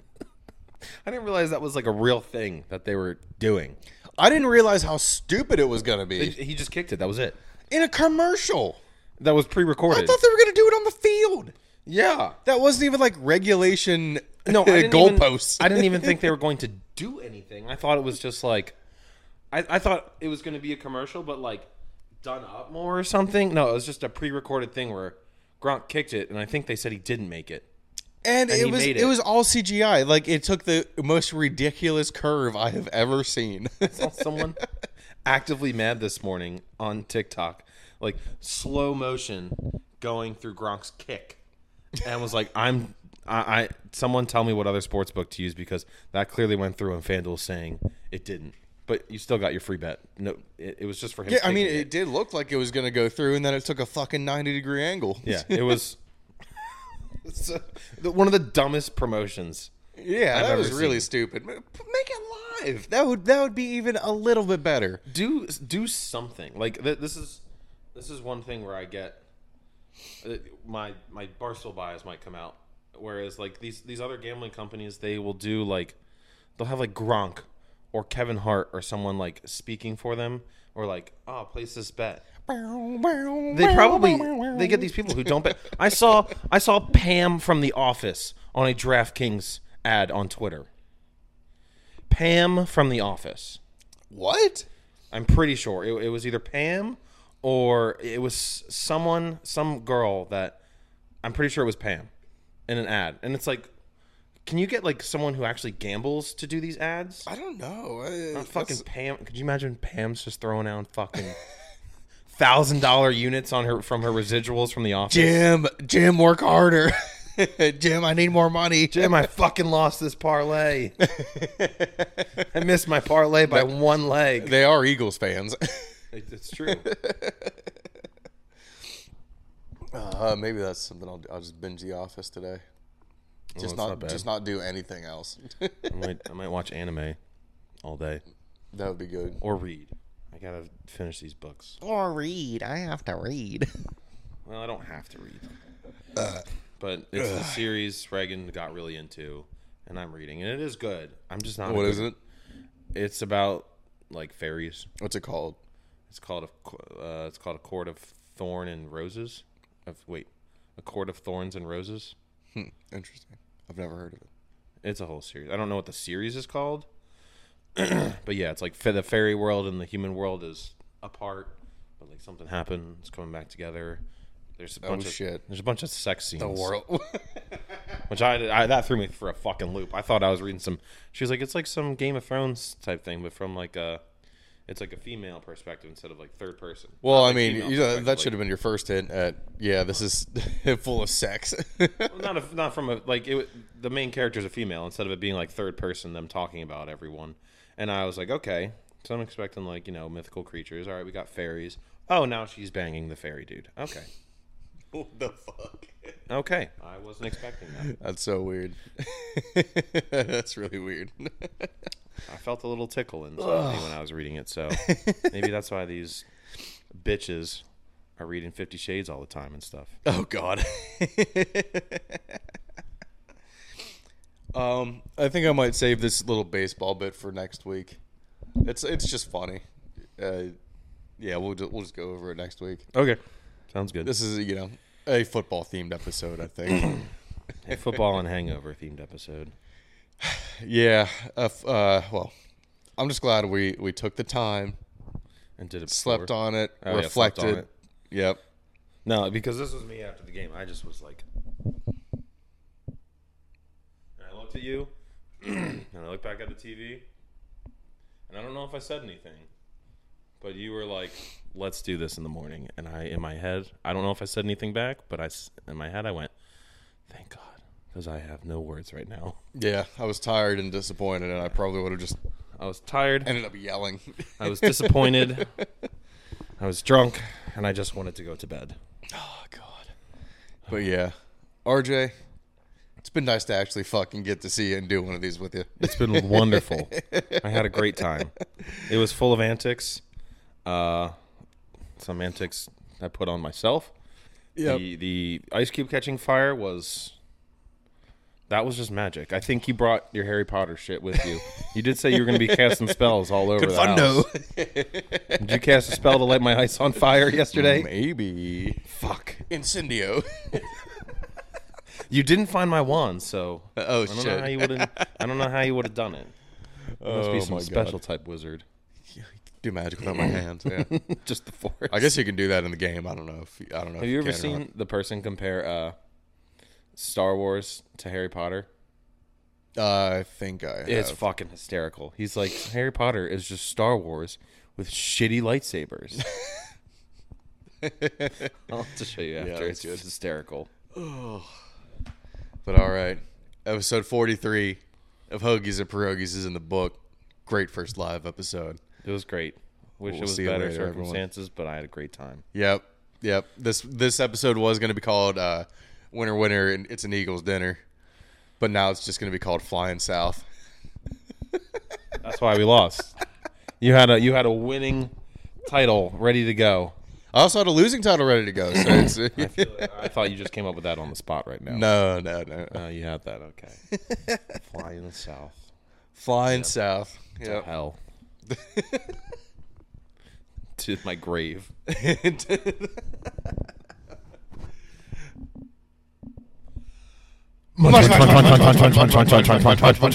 I didn't realize that was like a real thing that they were doing. I didn't realize how stupid it was going to be. He just kicked it. That was it. In a commercial. That was pre-recorded. I thought they were going to do it on the field. Yeah. That wasn't even like regulation no I didn't even- goalposts. I didn't even think they were going to do anything. I thought it was just like, I, I thought it was going to be a commercial, but like done up more or something. No, it was just a pre-recorded thing where Gronk kicked it, and I think they said he didn't make it. And, And it he was made it. it. was all CGI. Like it took the most ridiculous curve I have ever seen. saw someone actively mad this morning on TikTok, like slow motion going through Gronk's kick, and was like, "I'm, I, I someone tell me what other sports book to use because that clearly went through and FanDuel saying it didn't." But you still got your free bet. No, it, it was just for him. yeah, I mean, taking it, did look like it was going to go through, and then it took a fucking ninety degree angle. Yeah, it was So, the- one of the dumbest promotions. Yeah, I've that ever was really seen. stupid. M- p- Make it live. That would that would be even a little bit better. do do something like th- this is this is one thing where I get uh, my my Barstool bias might come out. Whereas like these these other gambling companies, they will do like they'll have like Gronk or Kevin Hart or someone like speaking for them or like oh place this bet. They They probably they get these people who don't bet. I saw I saw Pam from The Office on a DraftKings ad on Twitter. Pam from The Office. What? I'm pretty sure it, it was either Pam or it was someone, some girl that I'm pretty sure it was Pam in an ad. And it's like, can you get like someone who actually gambles to do these ads? I don't know. I- Not fucking that's- Pam. Could you imagine Pam's just throwing out fucking thousand dollar units on her from her residuals from the office? Jim, Jim, work harder. Jim, I need more money. Jim, I fucking lost this parlay. I missed my parlay by one leg. They are Eagles fans. It- It's true. uh, maybe that's something I'll, do. I'll just binge The Office today. Well, Just that's not, not bad. just not do anything else. I might, I might watch anime all day that would be good. or read. I gotta finish these books. Or read. I have to read. Well, I don't have to read, Uh, but it's the series Reagan got really into, and I'm reading, and it is good. I'm just not. What What is is it? It's about like fairies. What's it called? It's called a co- uh, it's called a court of thorn and roses. Of wait, a court of thorns and roses. Hmm, interesting. I've never heard of it. It's a whole series. I don't know what the series is called, but yeah, it's like fa- the fairy world and the human world is apart, but like something happened. It's coming back together. There's a Oh, bunch of shit. There's a bunch of sex scenes. The world. Which I, I that threw me for a fucking loop. I thought I was reading some. She was like, it's like some Game of Thrones type thing, but from like a, it's like a female perspective instead of like third person. Well, Not I like mean, female you know, perspective, that like- should have been your first hint at yeah, this is full of sex. Well, not a, not from a like it, wa- the main character is a female instead of it being like third person them talking about everyone and i was like okay so i'm expecting like you know mythical creatures all right we got fairies oh now she's banging the fairy dude okay what the fuck? okay i wasn't expecting that That's so weird. That's really weird. i felt a little tickle inside me Ugh. when i was reading it so maybe that's why these bitches are reading 50 shades all the time and stuff oh god um, I think I might save this little baseball bit for next week. It's it's just funny. Uh, yeah, we'll just, we'll just go over it next week. Okay. Sounds good. This is you know a football themed episode, I think. a football and hangover themed episode Yeah. Uh, f- uh, well, I'm just glad we, we took the time and did it. Slept before. on it. Oh, yeah, slept reflected. on it. Yep. no because this was me after the game i just was like And I looked at you, and I looked back at the TV, and I don't know if I said anything, but you were like, "Let's do this in the morning." And I, in my head, I don't know if I said anything back, but I, s- in my head, I went, "Thank God," because I have no words right now. Yeah, I was tired and disappointed, and I probably would have just. I was tired. Ended up yelling. I was disappointed. I was drunk, and I just wanted to go to bed. but yeah, RJ, it's been nice to actually fucking get to see you and do one of these with you. It's been wonderful. I had a great time. It was full of antics. Uh, some antics I put on myself. Yep. The the ice cube catching fire was that was just magic. I think you brought your Harry Potter shit with you. You did say you were going to be casting spells all over the house. Did you cast a spell to light my ice on fire yesterday? Maybe. Fuck. Incendio. You didn't find my wand, so Oh, I don't shit. Know how you would've- I don't know how you would have done it. You must be Oh, some my God. special type wizard. do magic without my hands. Yeah. Just the force. I guess you can do that in the game. I don't know if I don't know. Have if you ever can or not. seen the person compare uh, Star Wars to Harry Potter? Uh, I think I. It's have. fucking hysterical. He's like, Harry Potter is just Star Wars with shitty lightsabers. I'll have to show you Yeah, after. that's it's hysterical. Oh. But all right, episode forty-three of Hoagies and Pierogies is in the book. Great first live episode. It was great. Wish it was better circumstances, but I had a great time. Yep, yep. This this episode was going to be called uh, "Winter, Winter," and it's an Eagles dinner, but now it's just going to be called "Flying South." That's why we lost. You had a you had a winning title ready to go. I also had a losing title ready to go. So it's, I, feel it. I thought you just came up with that on the spot right now. No, no, no. Oh, you had that. Okay. Flying south. Flying south. To Yep. hell. to my grave. Munch, munch, munch, munch, munch, munch, munch, munch, munch, munch, munch, munch.